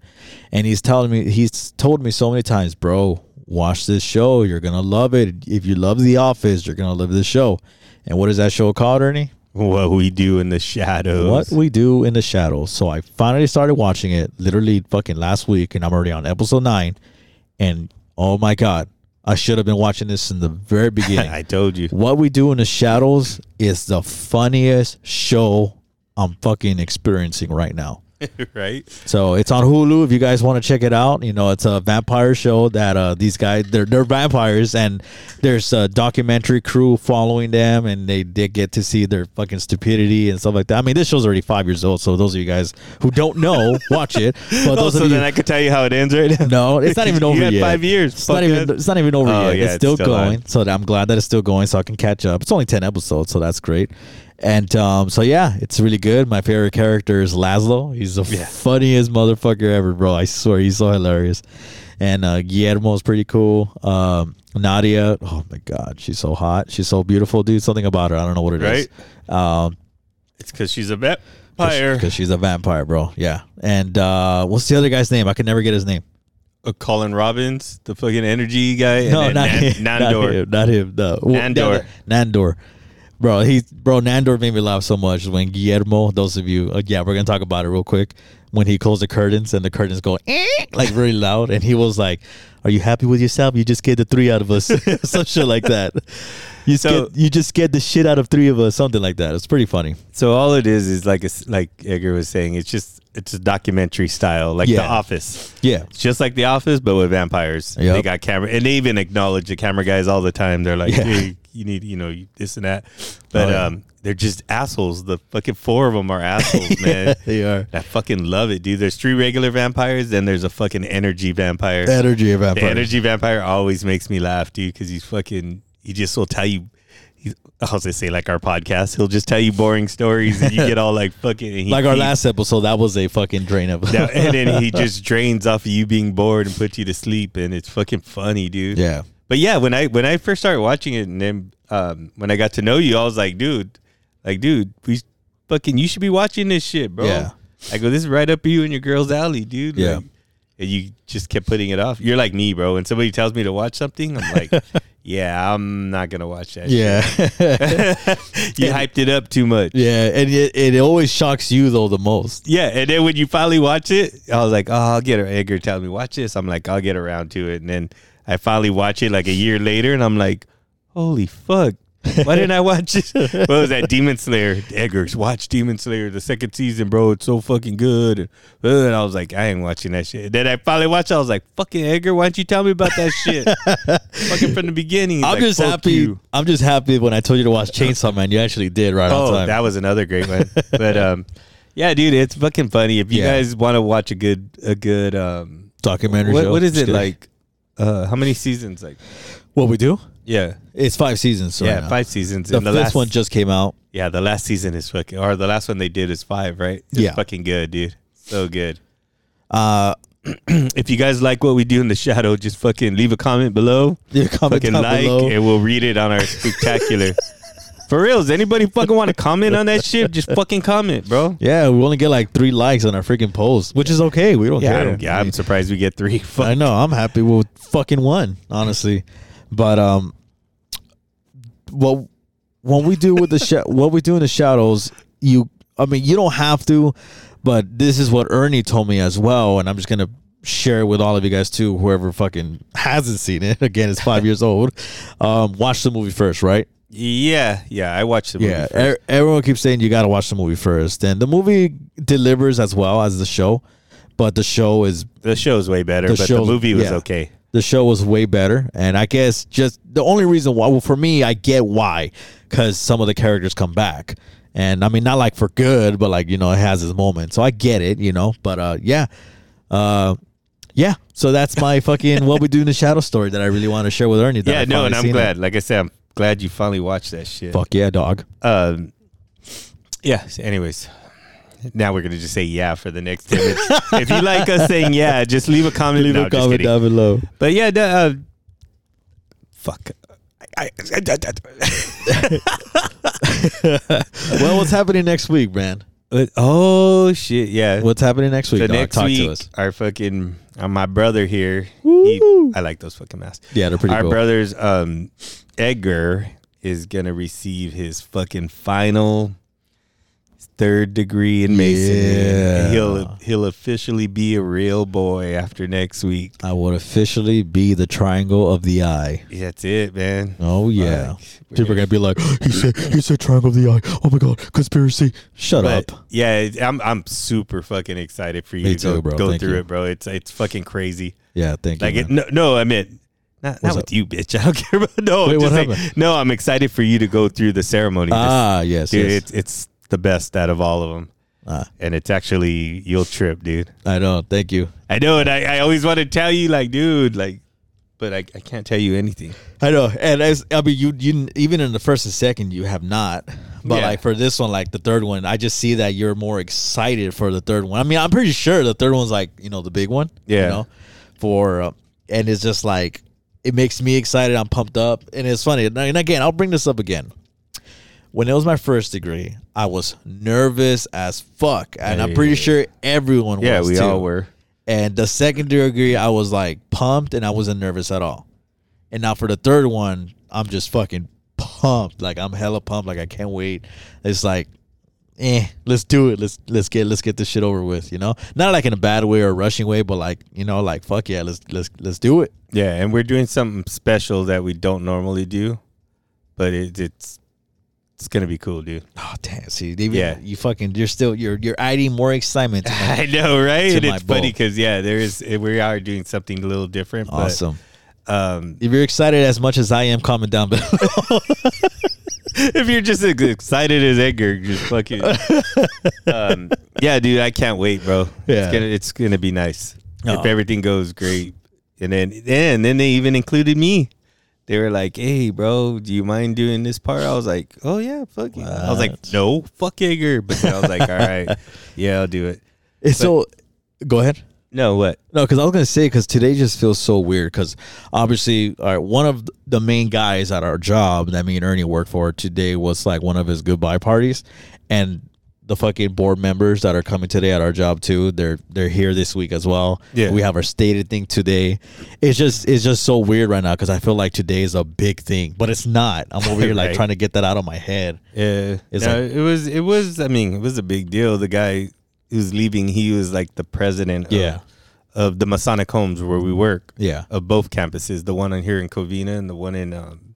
and he's telling me he's told me so many times, bro, watch this show. You're gonna love it. If you love The Office, you're gonna love this show. And what is that show called, Ernie?
What we do in the shadows.
What we do in the shadows. So I finally started watching it literally fucking last week, and I'm already on episode nine. And oh my god, I should have been watching this in the very beginning.
I told you.
What we do in the shadows is the funniest show I'm fucking experiencing right now.
right?
So it's on Hulu if you guys want to check it out. You know, it's a vampire show that uh, these guys they're they're vampires and there's a documentary crew following them and they did get to see their fucking stupidity and stuff like that. I mean, this show's already five years old, so those of you guys who don't know, watch it. But
Oh,
those
so
of you,
then I could tell you how it ends right now.
no, it's not even
You
over
had
yet.
five years,
It's not
fuckhead.
even. It's not even over
Oh,
yet.
yeah,
it's
it's
still,
still
going.
on.
So I'm glad that it's still going, so I can catch up. It's only ten episodes, so that's great. And um, so yeah, it's really good. My favorite character is Laszlo. He's the funniest motherfucker ever, bro. I swear, he's so hilarious. And uh, Guillermo's pretty cool. Um, Nadia, oh my god, she's so hot. She's so beautiful, dude. Something about her, I don't know what it is.
Right?
Um,
It's because she's a vampire.
because she's a vampire, bro. Yeah. And uh, what's the other guy's name? I can never get his name.
Uh, Colin Robbins, the fucking energy guy. And
No,
then
not,
Nan-
him,
Nandor.
not him. Not him. No. Well,
Nandor.
that- Nandor. Bro, he bro Nandor made me laugh so much when Guillermo. Those of you, uh, yeah, we're gonna talk about it real quick. When he closed the curtains and the curtains go "Eh," like very loud, and he was like, "Are you happy with yourself? You just scared the three out of us, some shit like that. You
So-
scared, you just scared the shit out of three of us, something like that. It's pretty funny.
So all it is is like it's like Edgar was saying, it's just it's a documentary style, like The
Yeah.
Office.
Yeah,
It's just like The Office, but with vampires.
Yep.
They got camera, and they even acknowledge the camera guys all the time. They're like,
Yeah.
"Hey, you need, you know, you- this and that," but
Oh, yeah.
um, they're just assholes. The fucking four of them are assholes, man.
they are
I fucking love it, dude. There's three regular vampires, then there's a fucking energy vampire.
energy
the
vampire.
energy vampire always makes me laugh, dude, because he's fucking. He just will tell you. He's, I was gonna say like our podcast. He'll just tell you boring stories, and you get all like fucking. and he-
Like our
he-
last episode, that was a fucking drain of.
that- and then he just drains off of you being bored and puts you to sleep, and it's fucking funny, dude.
yeah,
But yeah, when I when I first started watching it, and then um, when I got to know you, I was like, dude, like, dude, we fucking, you should be watching this shit, bro.
Yeah.
I go, this is right up you and your girl's alley, dude.
Yeah.
Like, and you just kept putting it off. You're like me, bro. When somebody tells me to watch something, I'm like, yeah, I'm not gonna watch that.
yeah.
shit. you hyped it up too much.
Yeah, and it, it always shocks you though the most.
Yeah, and then when you finally watch it, I was like, "Oh, I'll get her." Edgar tells me, "Watch this." I'm like, "I'll get around to it." And then I finally watch it like a year later, and I'm like, "Holy fuck! Why didn't I watch it?" what was that Demon Slayer? Edgar's watch Demon Slayer the second season, bro. It's so fucking good. And, uh, and I was like, "I ain't watching that shit." then I finally watched. it. I was like, "Fucking Edgar, why don't you tell me about that shit?" fucking from the beginning. He's
I'm
like,
just
"Fuck
happy.
you."
I'm just happy when I told you to watch Chainsaw Man, you actually did right on
Oh,
time.
that was another great one. but um, yeah, dude, it's fucking funny. If you
Yeah.
guys want to watch a good a good um,
documentary.
what,
show.
what is
Just
it
kidding.
like? Uh, how many seasons? Like
What we do?
yeah,
It's five seasons. right
yeah,
now.
five seasons.
The,
and the
fifth
last
one just came out.
yeah, the last season is fucking or the last one they did is five, right? It's
Yeah.
fucking good, dude. So good.
Uh,
If you guys like what we do in the shadow, just fucking leave a comment below.
you comment
fucking
down
like
below.
and we'll read it on our spectacular. For real, does anybody fucking want to comment on that shit? Just fucking comment, bro.
yeah, we only get like three likes on our freaking post, which is okay. We don't
Yeah, I
care.
don't, yeah, I'm surprised we get three. Fuck.
I know. I'm happy with fucking one, honestly. But um, well, when we do with the sh- what we do in the shadows, you, I mean, you don't have to, but this is what Ernie told me as well, and I'm just gonna share it with all of you guys too. Whoever fucking hasn't seen it, again, it's five years old. Um, watch the movie first, right?
Yeah, yeah, I watched the movie.
Yeah,
first.
er- everyone keeps saying you got to watch the movie first, and the movie delivers as well as the show, but the show is
the show's way better,
the
but
show-
the movie was
yeah.
okay.
the show was way better and i guess just the only reason why well for me i get why because some of the characters come back and i mean not like for good but like you know it has its moment so i get it you know but uh yeah uh yeah so that's my fucking what we do in the shadow story that i really want to share with ernie that
Yeah,
I
no, and
finally
I'm
seen it.
glad. Like I said, I'm glad you finally watched that shit.
fuck yeah dog
Um, yeah. so anyways, now we're gonna just say yeah for the next ten minutes. if you like us saying yeah, just leave a comment.
leave
No,
a
just
comment
kidding.
down below
But yeah, no, uh, fuck. I, I-
well what's happening next week man
oh shit! Yeah.
what's happening next week
so
dog?
next
talk
week,
to us
our fucking uh, my brother here. he- I like those fucking masks.
Yeah, they're pretty
Our
cool.
brother's um, Edgar is gonna receive his fucking final third degree in masonry.
Yeah.
He'll he'll officially be a real boy after next week.
I would officially be the triangle of the eye.
That's it, man.
Oh yeah,
Like, we're-
people are gonna be like, he said, he said triangle of the eye. Oh my god, conspiracy. Shut
But
up.
yeah, it- I'm I'm super fucking excited for you.
Me
to go,
too, bro.
Go
Thank
through
you.
it, bro. It's it's fucking crazy.
Yeah, thank
Like
you.
it,
man.
no, no, I meant not, not
What's
with
up?
you, bitch. I don't care about no. I'm
Wait,
just
what
saying-
happened?
no, I'm excited for you to go through the ceremony.
ah, yes,
dude,
yes.
it's it's the best out of all of them,
Ah.
and it's actually you'll trip, dude.
I know. Thank you.
I know, and I, I always want to tell you, like, dude, like, but I, I can't tell you anything.
I know, and as I mean, you you even in the first and second, you have not. But
Yeah.
like for this one, like the third one, I just see that you're more excited for the third one. I mean, I'm pretty sure the third one's like you know the big one.
Yeah.
You know, for uh, and it's just like it makes me excited. I'm pumped up, and it's funny. And and again, I'll bring this up again. When it was my first degree, I was nervous as fuck, and I'm pretty sure everyone
Yeah,
was.
we
too.
all were.
And the second degree, I was like pumped and I wasn't nervous at all. And now for the third one, I'm just fucking pumped. Like I'm hella pumped. Like I can't wait. It's like, eh, let's do it. Let's let's get let's get this shit over with. You know, not like in a bad way or a rushing way, but like you know, like fuck yeah, let's let's let's do it.
Yeah, and we're doing something special that we don't normally do, but it, it's it's gonna be cool, dude.
Oh damn, see, they,
Yeah.
yeah, you fucking, you're still you're you're adding more excitement. To my,
I know, right?
To
And
my
it's funny
bowl.
because yeah, there is eh, we are doing something a little different. but,
awesome.
um,
If you're excited as much as I am, comment down below.
if you're just as excited as Edgar, just fucking. um, yeah, dude, I can't wait, bro.
Yeah.
it's gonna, it's gonna be nice
Aw.
if everything goes great. And then and then they even included me. They were like, "Hey, bro, do you mind doing this part?" I was like, "Oh yeah, fuck it." I was like, "No, fuck Edgar," but then I was like, "All right, yeah, I'll do it."
so, go ahead.
No, what?
No, because I was gonna say because today just feels so weird because obviously, all right, one of the main guys at our job that me and Ernie work for today was like one of his goodbye parties, and the fucking board members that are coming today at our job too. They're they're here this week as well.
Yeah.
we have our stated thing today. It's just it's just so weird right now because I feel like today is a big thing, but it's not. I'm over here like
Right.
trying to get that out of my head.
Yeah,
It's
no,
like-
it was it was. I mean, it was a big deal. The guy who's leaving, he was like the president.
Yeah.
Of, of the Masonic homes where we work.
Yeah.
Of both campuses, the one on here in Covina and the one in um,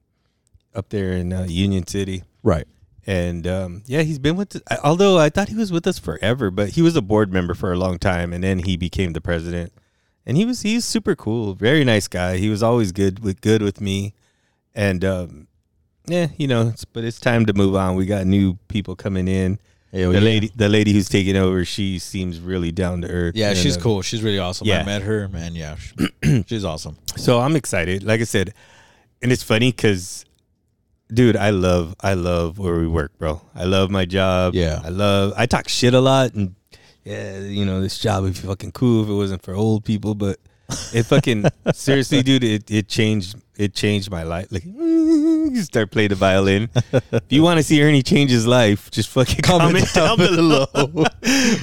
up there in uh, Union City.
Right.
And um, yeah, he's been with. I- Although I thought he was with us forever, but he was a board member for a long time, and then he became the president. And he was he's super cool, very nice guy. He was always good with good with me, and um, yeah, you know. It's, but it's time to move on. We got new people coming in.
Hell
the
yeah.
lady, the lady who's taking over, she seems really down to earth.
Yeah,
and,
she's
uh,
cool. She's really awesome. I
yeah.
met her, man. Yeah, she- she's awesome.
So I'm excited. Like I said, and it's funny because, dude, I love I love where we work, bro. I love my job.
Yeah.
I love. I talk shit a lot, and yeah, you know, this job would be fucking cool if it wasn't for old people, but it fucking seriously, dude. It it changed it changed my life. Like you start playing the violin. if you want to see Ernie change his life, just fucking comment, down below.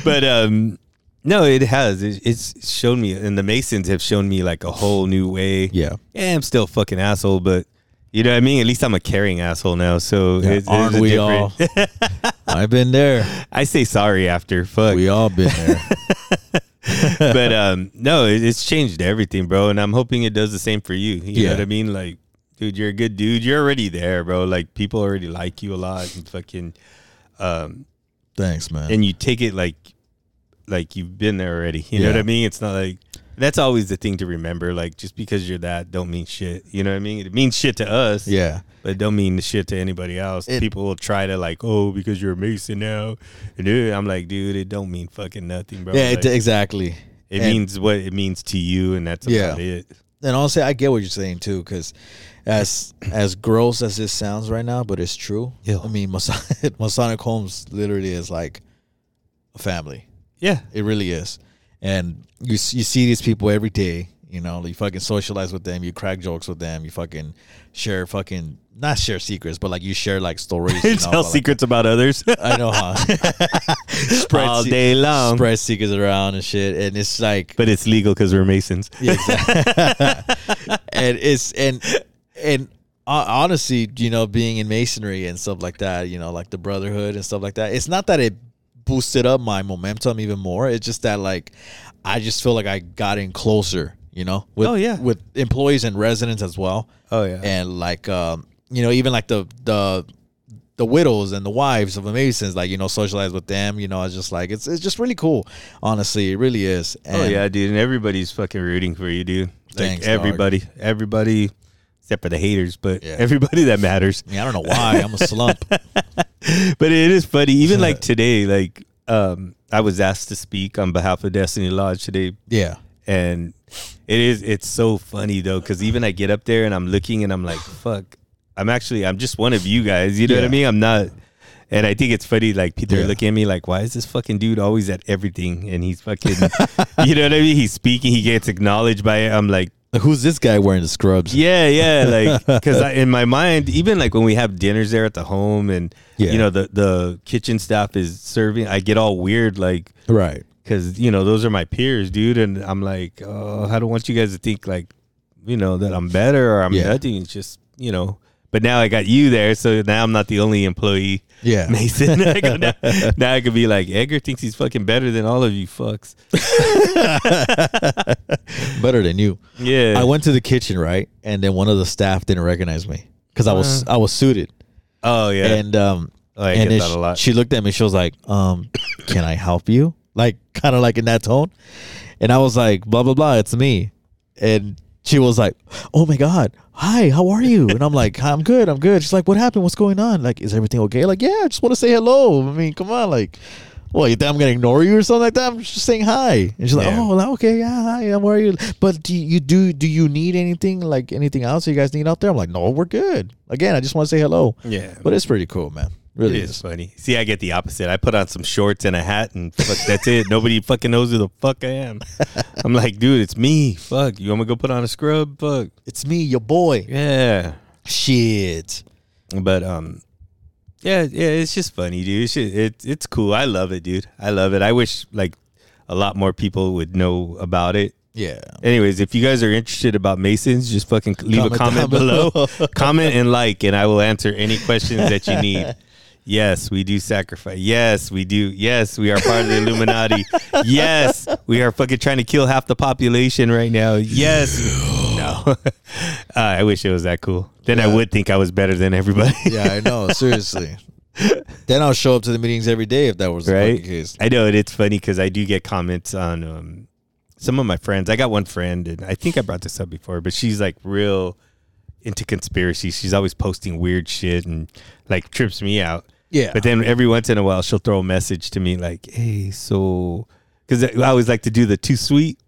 but um. No, it has. It, it's shown me, and the Masons have shown me like a whole new way.
Yeah.
yeah, I'm still a fucking asshole, but you know what I mean. At least I'm a caring asshole now. So it's- it's
Aren't
a
we
different-
all? I've been there.
I say sorry after fuck,
We all been there.
but um, no, it, it's changed everything, bro. And I'm hoping it does the same for you. You
Yeah.
know what I mean? Like, dude, you're a good dude. You're already there, bro. Like people already like you a lot, and fucking, um,
Thanks, man.
and you take it like, like you've been there already. You know
Yeah.
what I mean? It's not like. That's always the thing to remember. Like, just because you're that, don't mean shit. You know what I mean? It means shit to us.
yeah.
But it don't mean the shit to anybody else.
It-
People will try to like, oh, because you're a Mason now. And dude, I'm like, dude, it don't mean fucking nothing, bro.
Yeah,
Like,
it, exactly.
it
and,
means what it means to you, and that's about
Yeah.
it.
and honestly, I get what you're saying too, because as as gross as this sounds right now, but it's true.
Yeah.
I mean, Masonic, Masonic Homes literally is like a family.
Yeah,
It really is. And you s- you see these people every day. You know, you fucking socialize with them. You crack jokes with them. You fucking share fucking not share secrets, but like you share like stories. you know,
tell
but, like,
secrets about others
I know how. spread
all
se-
day long,
Spread secrets around and shit, and it's like,
but it's legal because we're Masons.
Yeah, exactly. and it's and and hon- honestly, you know, being in masonry and stuff like that, you know, like the brotherhood and stuff like that. It's not that it boosted up my momentum even more. It's just that like I just feel like I got in closer, you know, with
Oh, yeah.
with employees and residents as well.
Oh, yeah.
and like um, you know, even like the the the widows and the wives of the Masons, like you know, socialize with them. You know, it's just like it's it's just really cool. Honestly, it really is. And
Oh yeah, dude, and everybody's fucking rooting for you, dude.
Thanks,
like everybody, everybody, except for the haters, but
Yeah.
everybody that matters.
I mean, I don't know why I'm a slump.
But it is funny, even like today, like um, I was asked to speak on behalf of Destiny Lodge today,
yeah,
and it is it's so funny though, because even I get up there and I'm looking and I'm like, fuck, I'm actually I'm just one of you guys. You know what I
Yeah.
mean? I'm not. And I think it's funny, like people
Yeah.
are looking at me like, why is this fucking dude always at everything? And he's fucking, you know what I mean? He's speaking, he gets acknowledged by it. I'm like,
Like, who's this guy wearing the scrubs?
yeah, yeah, like because in my mind, even like when we have dinners there at the home, and
Yeah.
you know the the kitchen staff is serving, I get all weird, like
right.
because you know those are my peers, dude, and I'm like, oh, I don't want you guys to think like, you know, that I'm better or I'm
Yeah.
nothing. It's just you know. But now I got you there, so now I'm not the only employee.
Yeah.
Mason. I go, now, now I could be like, Edgar thinks he's fucking better than all of you fucks.
Better than you.
Yeah.
I went to the kitchen, right? And then one of the staff didn't recognize me because I was I was suited.
oh yeah.
And um
Oh, I
and
get
then
that
she-
a lot.
she looked at me, she was like, um, can I help you? Like kind of like in that tone. And I was like, blah blah blah, it's me. And she was like, "Oh my god, hi, how are you?" And I'm like, "I'm good, I'm good." She's like, "What happened? What's going on? Like, is everything okay?" Like, "Yeah, I just want to say hello." I mean, come on, like, what you think I'm gonna ignore you or something like that? I'm just saying hi. And she's like,
Yeah.
"Oh, well, okay, yeah, hi, how are you?" But do you do do you need anything like anything else you guys need out there? I'm like, "No, we're good." Again, I just want to say hello.
Yeah.
but it's pretty cool, man. Really
It is
is.
funny. See, I get the opposite. I put on some shorts and a hat, and fuck, that's it. Nobody fucking knows who the fuck I am. I'm like, dude, it's me. Fuck, you want me to go put on a scrub? Fuck,
It's me, your boy.
yeah.
Shit.
But um, yeah, yeah, it's just funny, dude. It's just, it, it's cool. I love it, dude. I love it. I wish like a lot more people would know about it.
Yeah.
Anyways, if you guys are interested about Masons, just fucking leave a
Comment down
comment below. comment and like, and I will answer any questions that you need. Yes, we do sacrifice. Yes, we do. Yes, we are part of the Illuminati. Yes, we are fucking trying to kill half the population right now. Yes. No. uh, I wish it was that cool. Then I would think I was better than everybody.
Yeah, I know. Seriously. then I'll show up to the meetings every day if that was the
right?
fucking case.
I know, and it's funny because I do get comments on um, some of my friends. I got one friend, and I think I brought this up before, but she's like real into conspiracy. She's always posting weird shit and like trips me out.
Yeah.
But then every once in a while, she'll throw a message to me like, "Hey, so," because I always like to do the too sweet.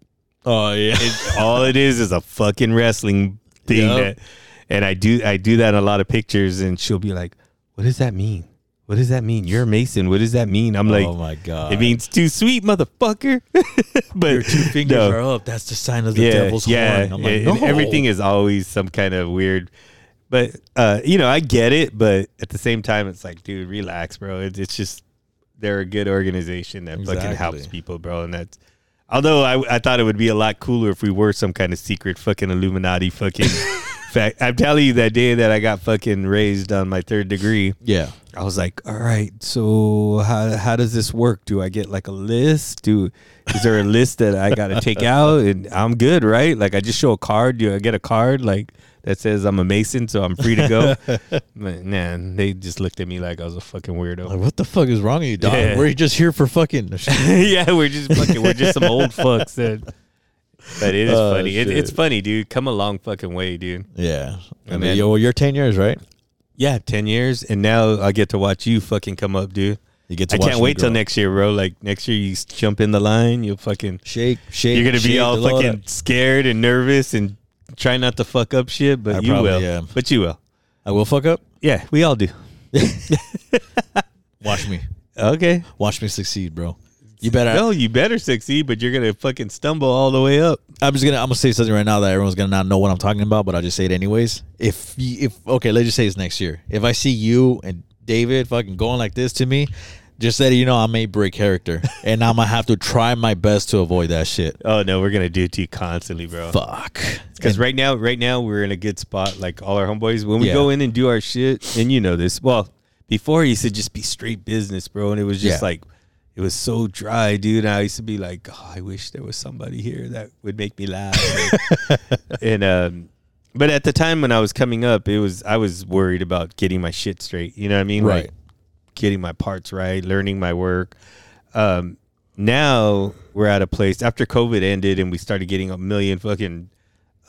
Oh yeah.
All it is is a fucking wrestling thing
Yep.
that, and I do I do that in a lot of pictures, and she'll be like, "What does that mean?" What does that mean? You're a Mason. What does that mean? I'm like,
oh my god.
it means too sweet, motherfucker. but
your two fingers
no.
are up. That's the sign of the
yeah,
devil's
yeah,
horn. I'm like,
and- and
no.
everything is always some kind of weird. But uh, you know, I get it, but at the same time, it's like, dude, relax, bro. It's, it's just they're a good organization that
Exactly.
fucking helps people, bro. And that's although I, I thought it would be a lot cooler if we were some kind of secret fucking Illuminati fucking. fact, I'm telling you, that day that I got fucking raised on my third degree,
Yeah.
I was like, all right, so how how does this work? Do I get like a list? Do is there a list that I gotta take out? And I'm good, right? Like I just show a card. Do I get a card like that says I'm a Mason, so I'm free to go? But, Man, they just looked at me like I was a fucking
Like,
weirdo.
what the fuck is wrong with you, dog?
Yeah.
We're just here for fucking.
yeah, we're just fucking we're just some old fucks that but it is
Oh,
funny. It, it's
shit.
funny, dude. Come a long fucking way, dude.
yeah. I mean,
then-
yo, you're ten years, right?
Yeah, ten years, and now I get to watch you fucking come up, dude.
You get. To
I
watch
can't
me
wait till
grow.
next year, bro. Like next year, you s- jump in the line, you'll fucking
Shake, shake.
you're gonna be
shake
all
the load
fucking
up.
scared and nervous and try not to fuck up shit, but
I
you
probably
will.
am.
But you will.
I will fuck up.
Yeah, we all do.
Watch me.
Okay.
Watch me succeed, bro. You better.
No, you better succeed, but you're gonna fucking stumble all the way up.
I'm just gonna. I'm gonna say something right now that everyone's gonna not know what I'm talking about, but I'll just say it anyways. If y- if okay, let's just say it's next year. If I see you and David fucking going like this to me, just say you know I'm a break character, and I'm gonna have to try my best to avoid that shit.
Oh no, we're gonna do it to you constantly, bro.
Fuck.
Because right now, right now we're in a good spot. Like all our homeboys, when we
Yeah.
go in and do our shit, and you know this. Well, before he said just be straight business, bro, and it was just
Yeah.
like It was so dry, dude. And I used to be like, oh, I wish there was somebody here that would make me laugh. and um, but at the time when I was coming up, it was I was worried about getting my shit straight. You know what I mean?
Right.
Like, getting my parts right, learning my work. Um, now we're at a place after COVID ended and we started getting a million fucking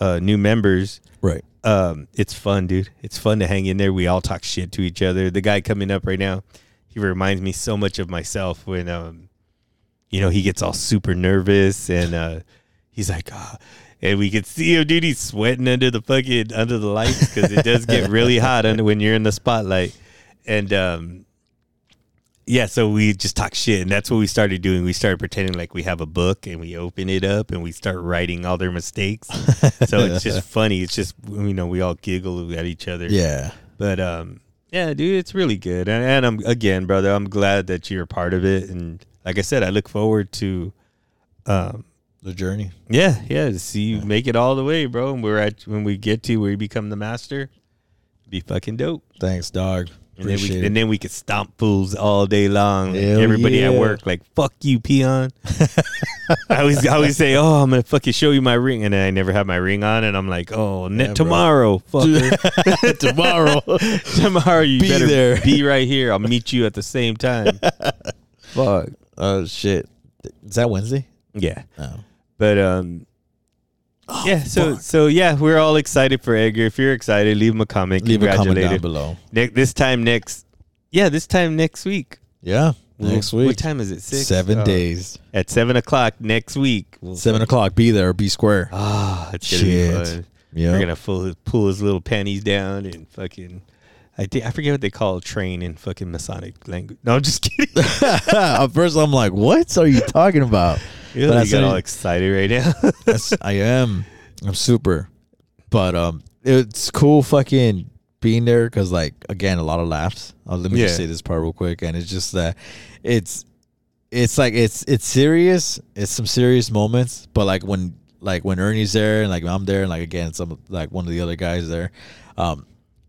uh, new members
Right.
um, it's fun, dude. It's fun to hang in there. We all talk shit to each other. The guy coming up right now, he reminds me so much of myself when, um, you know, he gets all super nervous and uh, he's like, ah. and we could see him, dude. He's sweating under the fucking under the lights because it does get really hot under when you're in the spotlight. And um, yeah, so we just talk shit, and that's what we started doing. We started pretending like we have a book, and we open it up, and we start writing all their mistakes. so it's just funny. It's just you know we all giggle at each other.
Yeah.
But um, yeah, dude, it's really good. And, and I'm again, brother, I'm glad that you're a part of it. And like I said, I look forward to um,
The journey.
yeah, yeah, to see you make it all the way, bro. And we're at when we get to where you become the master, be fucking dope.
Thanks, dog.
And then,
Appreciate
we,
it.
and then we could stomp fools all day long. Like,
Hell
everybody at
yeah.
work, like, fuck you, peon. I always, I always say, oh, I'm going to fucking show you my ring. And then I never have my ring on. And I'm like, oh, ne-
bro.
tomorrow, fucker. tomorrow. tomorrow, you
Be
better
there.
be right here. I'll meet you at the same time.
Fuck. Oh shit. Is that Wednesday?
Yeah.
No.
But, um, yeah, so so yeah, we're all excited for Edgar. If you're excited, leave him a comment.
Leave a comment
Congratulate
down
him.
below.
Ne- this time next, yeah, this time next week.
Yeah. Next week.
What time is it? Six.
Seven
Oh.
days.
at seven o'clock next week. We'll,
Seven o'clock. Be there. Be square.
ah, it's gonna
Shit.
be fun.
Yeah.
We're gonna full, pull his little panties down and fucking. I thi- I forget what they call a train in fucking Masonic language. No, I'm just kidding.
At first, I'm like, "What are you talking about?"
You
But as
got
soon
all
as-
excited right now.
That's, I am. I'm super. But um, it's cool fucking being there because like again, a lot of laughs. Uh, let me just
Yeah.
say this part real quick, and it's just that it's it's like it's it's serious. It's some serious moments, but like when like when Ernie's there and like I'm there and like again some like one of the other guys there, um,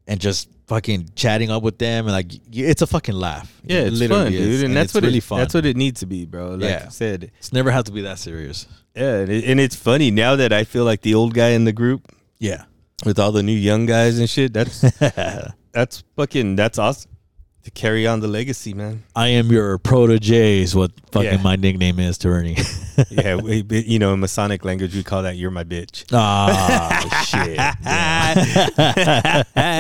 and just fucking chatting up with them and like y- it's a fucking laugh.
yeah,
It
it's
literally
fun,
is,
dude, and, that's
it's
what
really
it,
fun.
That's what it needs to be, bro. Like
Yeah.
I said,
it's never have to be that serious.
yeah, and, it, and it's funny now that I feel like the old guy in the group
Yeah.
with all the new young guys and shit. That's that's fucking that's awesome to carry on the legacy, man.
I am your protege is what fucking
Yeah.
my nickname is to Ernie.
yeah, we, but, you know, in Masonic language, we call that "you're my bitch."
ah, shit.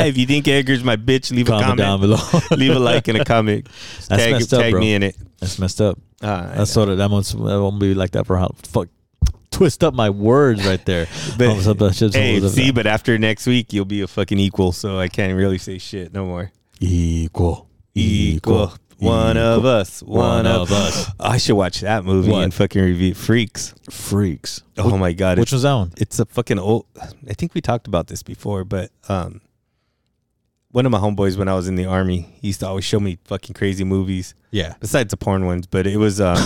if you think Edgar's my bitch, leave
Comment
a comment
down below.
leave a like and a comment. Just
That's
tag
messed up,
tag
bro.
me in it.
That's messed up.
Uh,
That's sort of that one's that won't be like that for how fuck twist up my words right there.
But-
All of a sudden, shit's all
hey,
over the-
see, but after next week, you'll be a fucking equal, so I can't really say shit no more.
equal,
Equal. E One of us.
One
One, of
of us.
I should watch that movie
What?
and fucking review Freaks.
freaks.
Oh my god.
Which
it's-
was that one?
it's a fucking old I think we talked about this before, but um one of my homeboys when I was in the army, he used to always show me fucking crazy movies.
Yeah,
Besides the porn ones, but it was um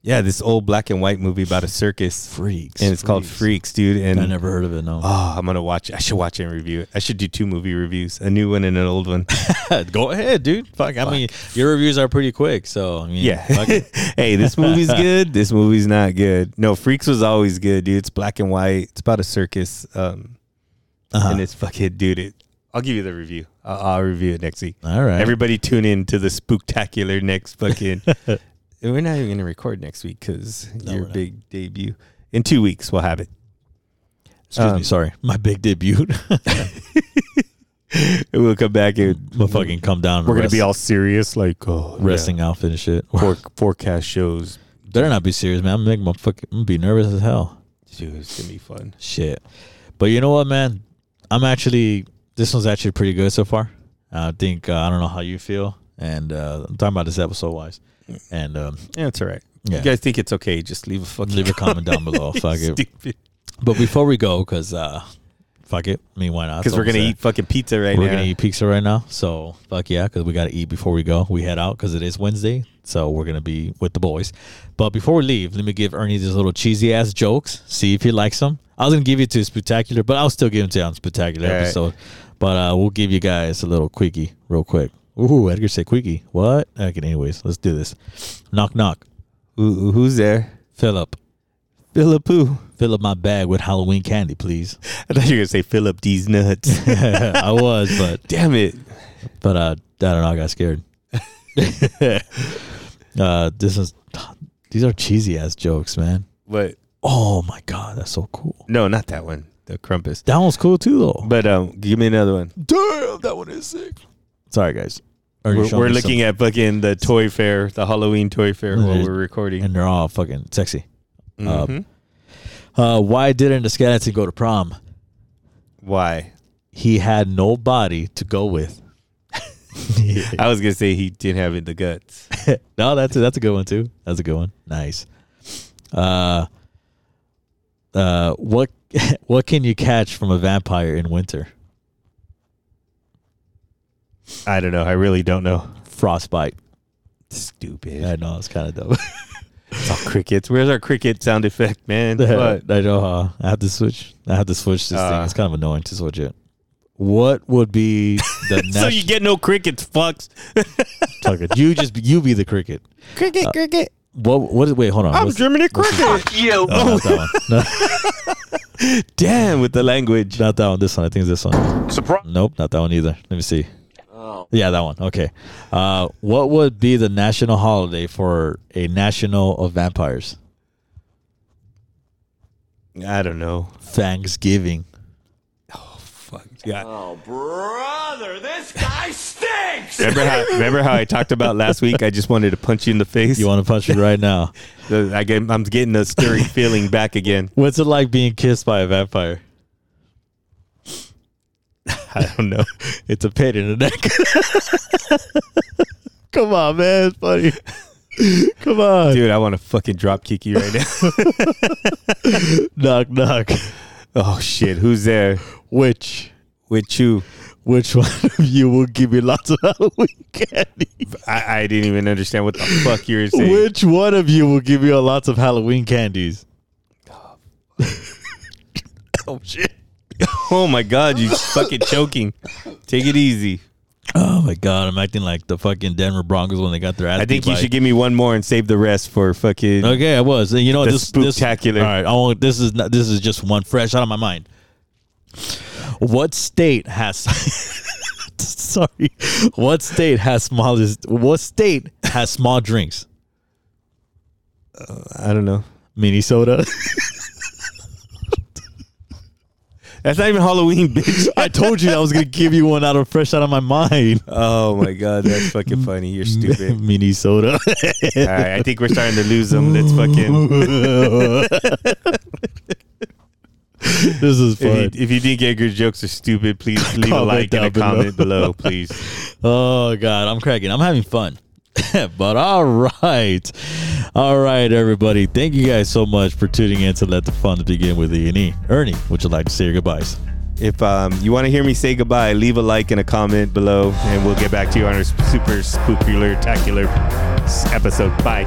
yeah, this old black and white movie about a circus.
freaks.
And it's called Freaks, dude. And
I never heard of it. No.
Oh, I'm gonna watch it. I should watch it and review it. I should do two movie reviews, a new one and an old one. Ah.
Go ahead, dude. Fuck. I mean, your reviews are pretty quick, so I mean,
Yeah.
fuck it.
hey, this movie's good. This movie's not good. No, Freaks was always good, dude. It's black and white. It's about a circus. Um,
Uh-huh.
and it's fucking dude. It. I'll give you the review. I'll, I'll review it next week.
All right.
Everybody tune in to the spooktacular next fucking. we're not even gonna record next week because your
we're not.
big debut. In two weeks, we'll have it.
Excuse
um,
me. Sorry, my big debut.
We'll come back and
my fucking come down. and
we're gonna
rest-
be all serious, like oh, yeah.
wrestling outfit and shit.
For, forecast shows.
Better not be serious, man. I'm making my fucking. I'm gonna be nervous as hell.
Dude, it's gonna be fun.
Shit. But you know what, man? I'm actually. This one's actually pretty good so far. I think uh, I don't know how you feel, and uh, I'm talking about this episode wise. And um,
Yeah, it's all right.
Yeah.
You guys think it's okay? Just leave a fucking
leave a comment down below. Fuck it.
stupid.
But before we go, because uh, fuck it. I mean, why not?
Because we're gonna eat fucking pizza right
We're
now.
gonna eat pizza right now. So fuck yeah, because we gotta eat before we go. We head out because it is Wednesday, so we're gonna be with the boys. But before we leave, let me give Ernie these little cheesy ass jokes. See if he likes them. I was gonna give it to Spectacular, but I'll still give him to you on Spectacular
All right.
episode. But uh, we'll give you guys a little quickie real quick. Ooh, Edgar said quickie. What? Okay, anyways, let's do this. Knock knock.
Ooh, who's there?
Philip.
Philip who?
Fill up my bag with Halloween candy, please.
I thought you were gonna say Philip these nuts.
I was, but
Damn it!
but uh, I don't know. I got scared. uh, this is these are cheesy ass jokes, man.
But
Oh my god, that's so cool.
no, not that one. The Crumpus.
That one's cool too, though.
But um, give me another one.
Damn, that one is sick. Sorry, guys.
We're, we're looking at fucking the toy fair, the Halloween toy fair while
There's-
we're recording.
and they're all fucking sexy.
Mhm.
Uh, why didn't the skeleton go to prom?
Why?
He had nobody to go with.
I was gonna say he didn't have the guts.
no, that's a, that's a good one too. That's a good one. Nice. Uh, uh, what what can you catch from a vampire in winter?
I don't know. I really don't know.
Frostbite.
Stupid.
I know it's kind of dope.
It's all crickets. Where's our cricket sound effect, man? What?
I know. Uh, I have to switch. I have to switch this thing.
Uh.
It's kind of annoying to switch it. What would be the next?
So you get no crickets, fucks.
Tucker, you just you be the cricket. Uh,
Cricket, cricket.
What? What? Wait, hold on.
I'm
What's-
dreaming a cricket.
oh, not that one. No,
Damn, with the language.
not that one. This one. I think it's this one. Surprise. Nope, not that one either. Let me see. Yeah, that one. Okay. Uh, what would be the national holiday for a national of vampires?
I don't know.
Thanksgiving.
Fuck. Yeah. Oh, brother, this guy stinks. remember how? Remember how I talked about last week? I just wanted to punch you in the face.
You want to punch me right now?
The- I get, I'm getting a stirring feeling back again.
What's it like being kissed by a vampire?
I don't know.
It's a pain in the neck. Come on, man. It's funny. Come on.
Dude, I want to fucking drop kick you right now.
Knock, knock.
oh shit, who's there?
Which?
With you?
Which one of you will give me lots of Halloween candy?
I, I didn't even understand what the fuck you were saying.
Which one of you will give me a lots of Halloween candies? oh shit!
Oh my god, you fucking choking. Take it easy.
Oh my god, I'm acting like the fucking Denver Broncos when they got their ass.
I think
beat
you
by-
should give me one more and save the rest for fucking.
Okay, I was. You know
The
this this-
spooktacular.
all right, I won't- this is not, this is just one fresh out of my mind. What state has? sorry, what state has smallest? What state has small drinks?
I don't know.
Minnesota.
That's not even Halloween, bitch.
I told you I was gonna give you one out of fresh out of my mind.
Oh my god, that's fucking funny. You're stupid.
Minnesota.
All right, I think we're starting to lose them. Let's fucking.
This is fun.
If you, if you think Edgar's jokes are stupid, please leave a
Comment
like and a
down below.
comment below, please.
Oh God, I'm cracking. I'm having fun. but all right, all right, everybody. Thank you guys so much for tuning in to Let the Fun Begin with E and E. Ernie, would you like to say your goodbyes?
If um, you want to hear me say goodbye, leave a like and a comment below, and we'll get back to you on our super spookular, tacular s- episode. Bye.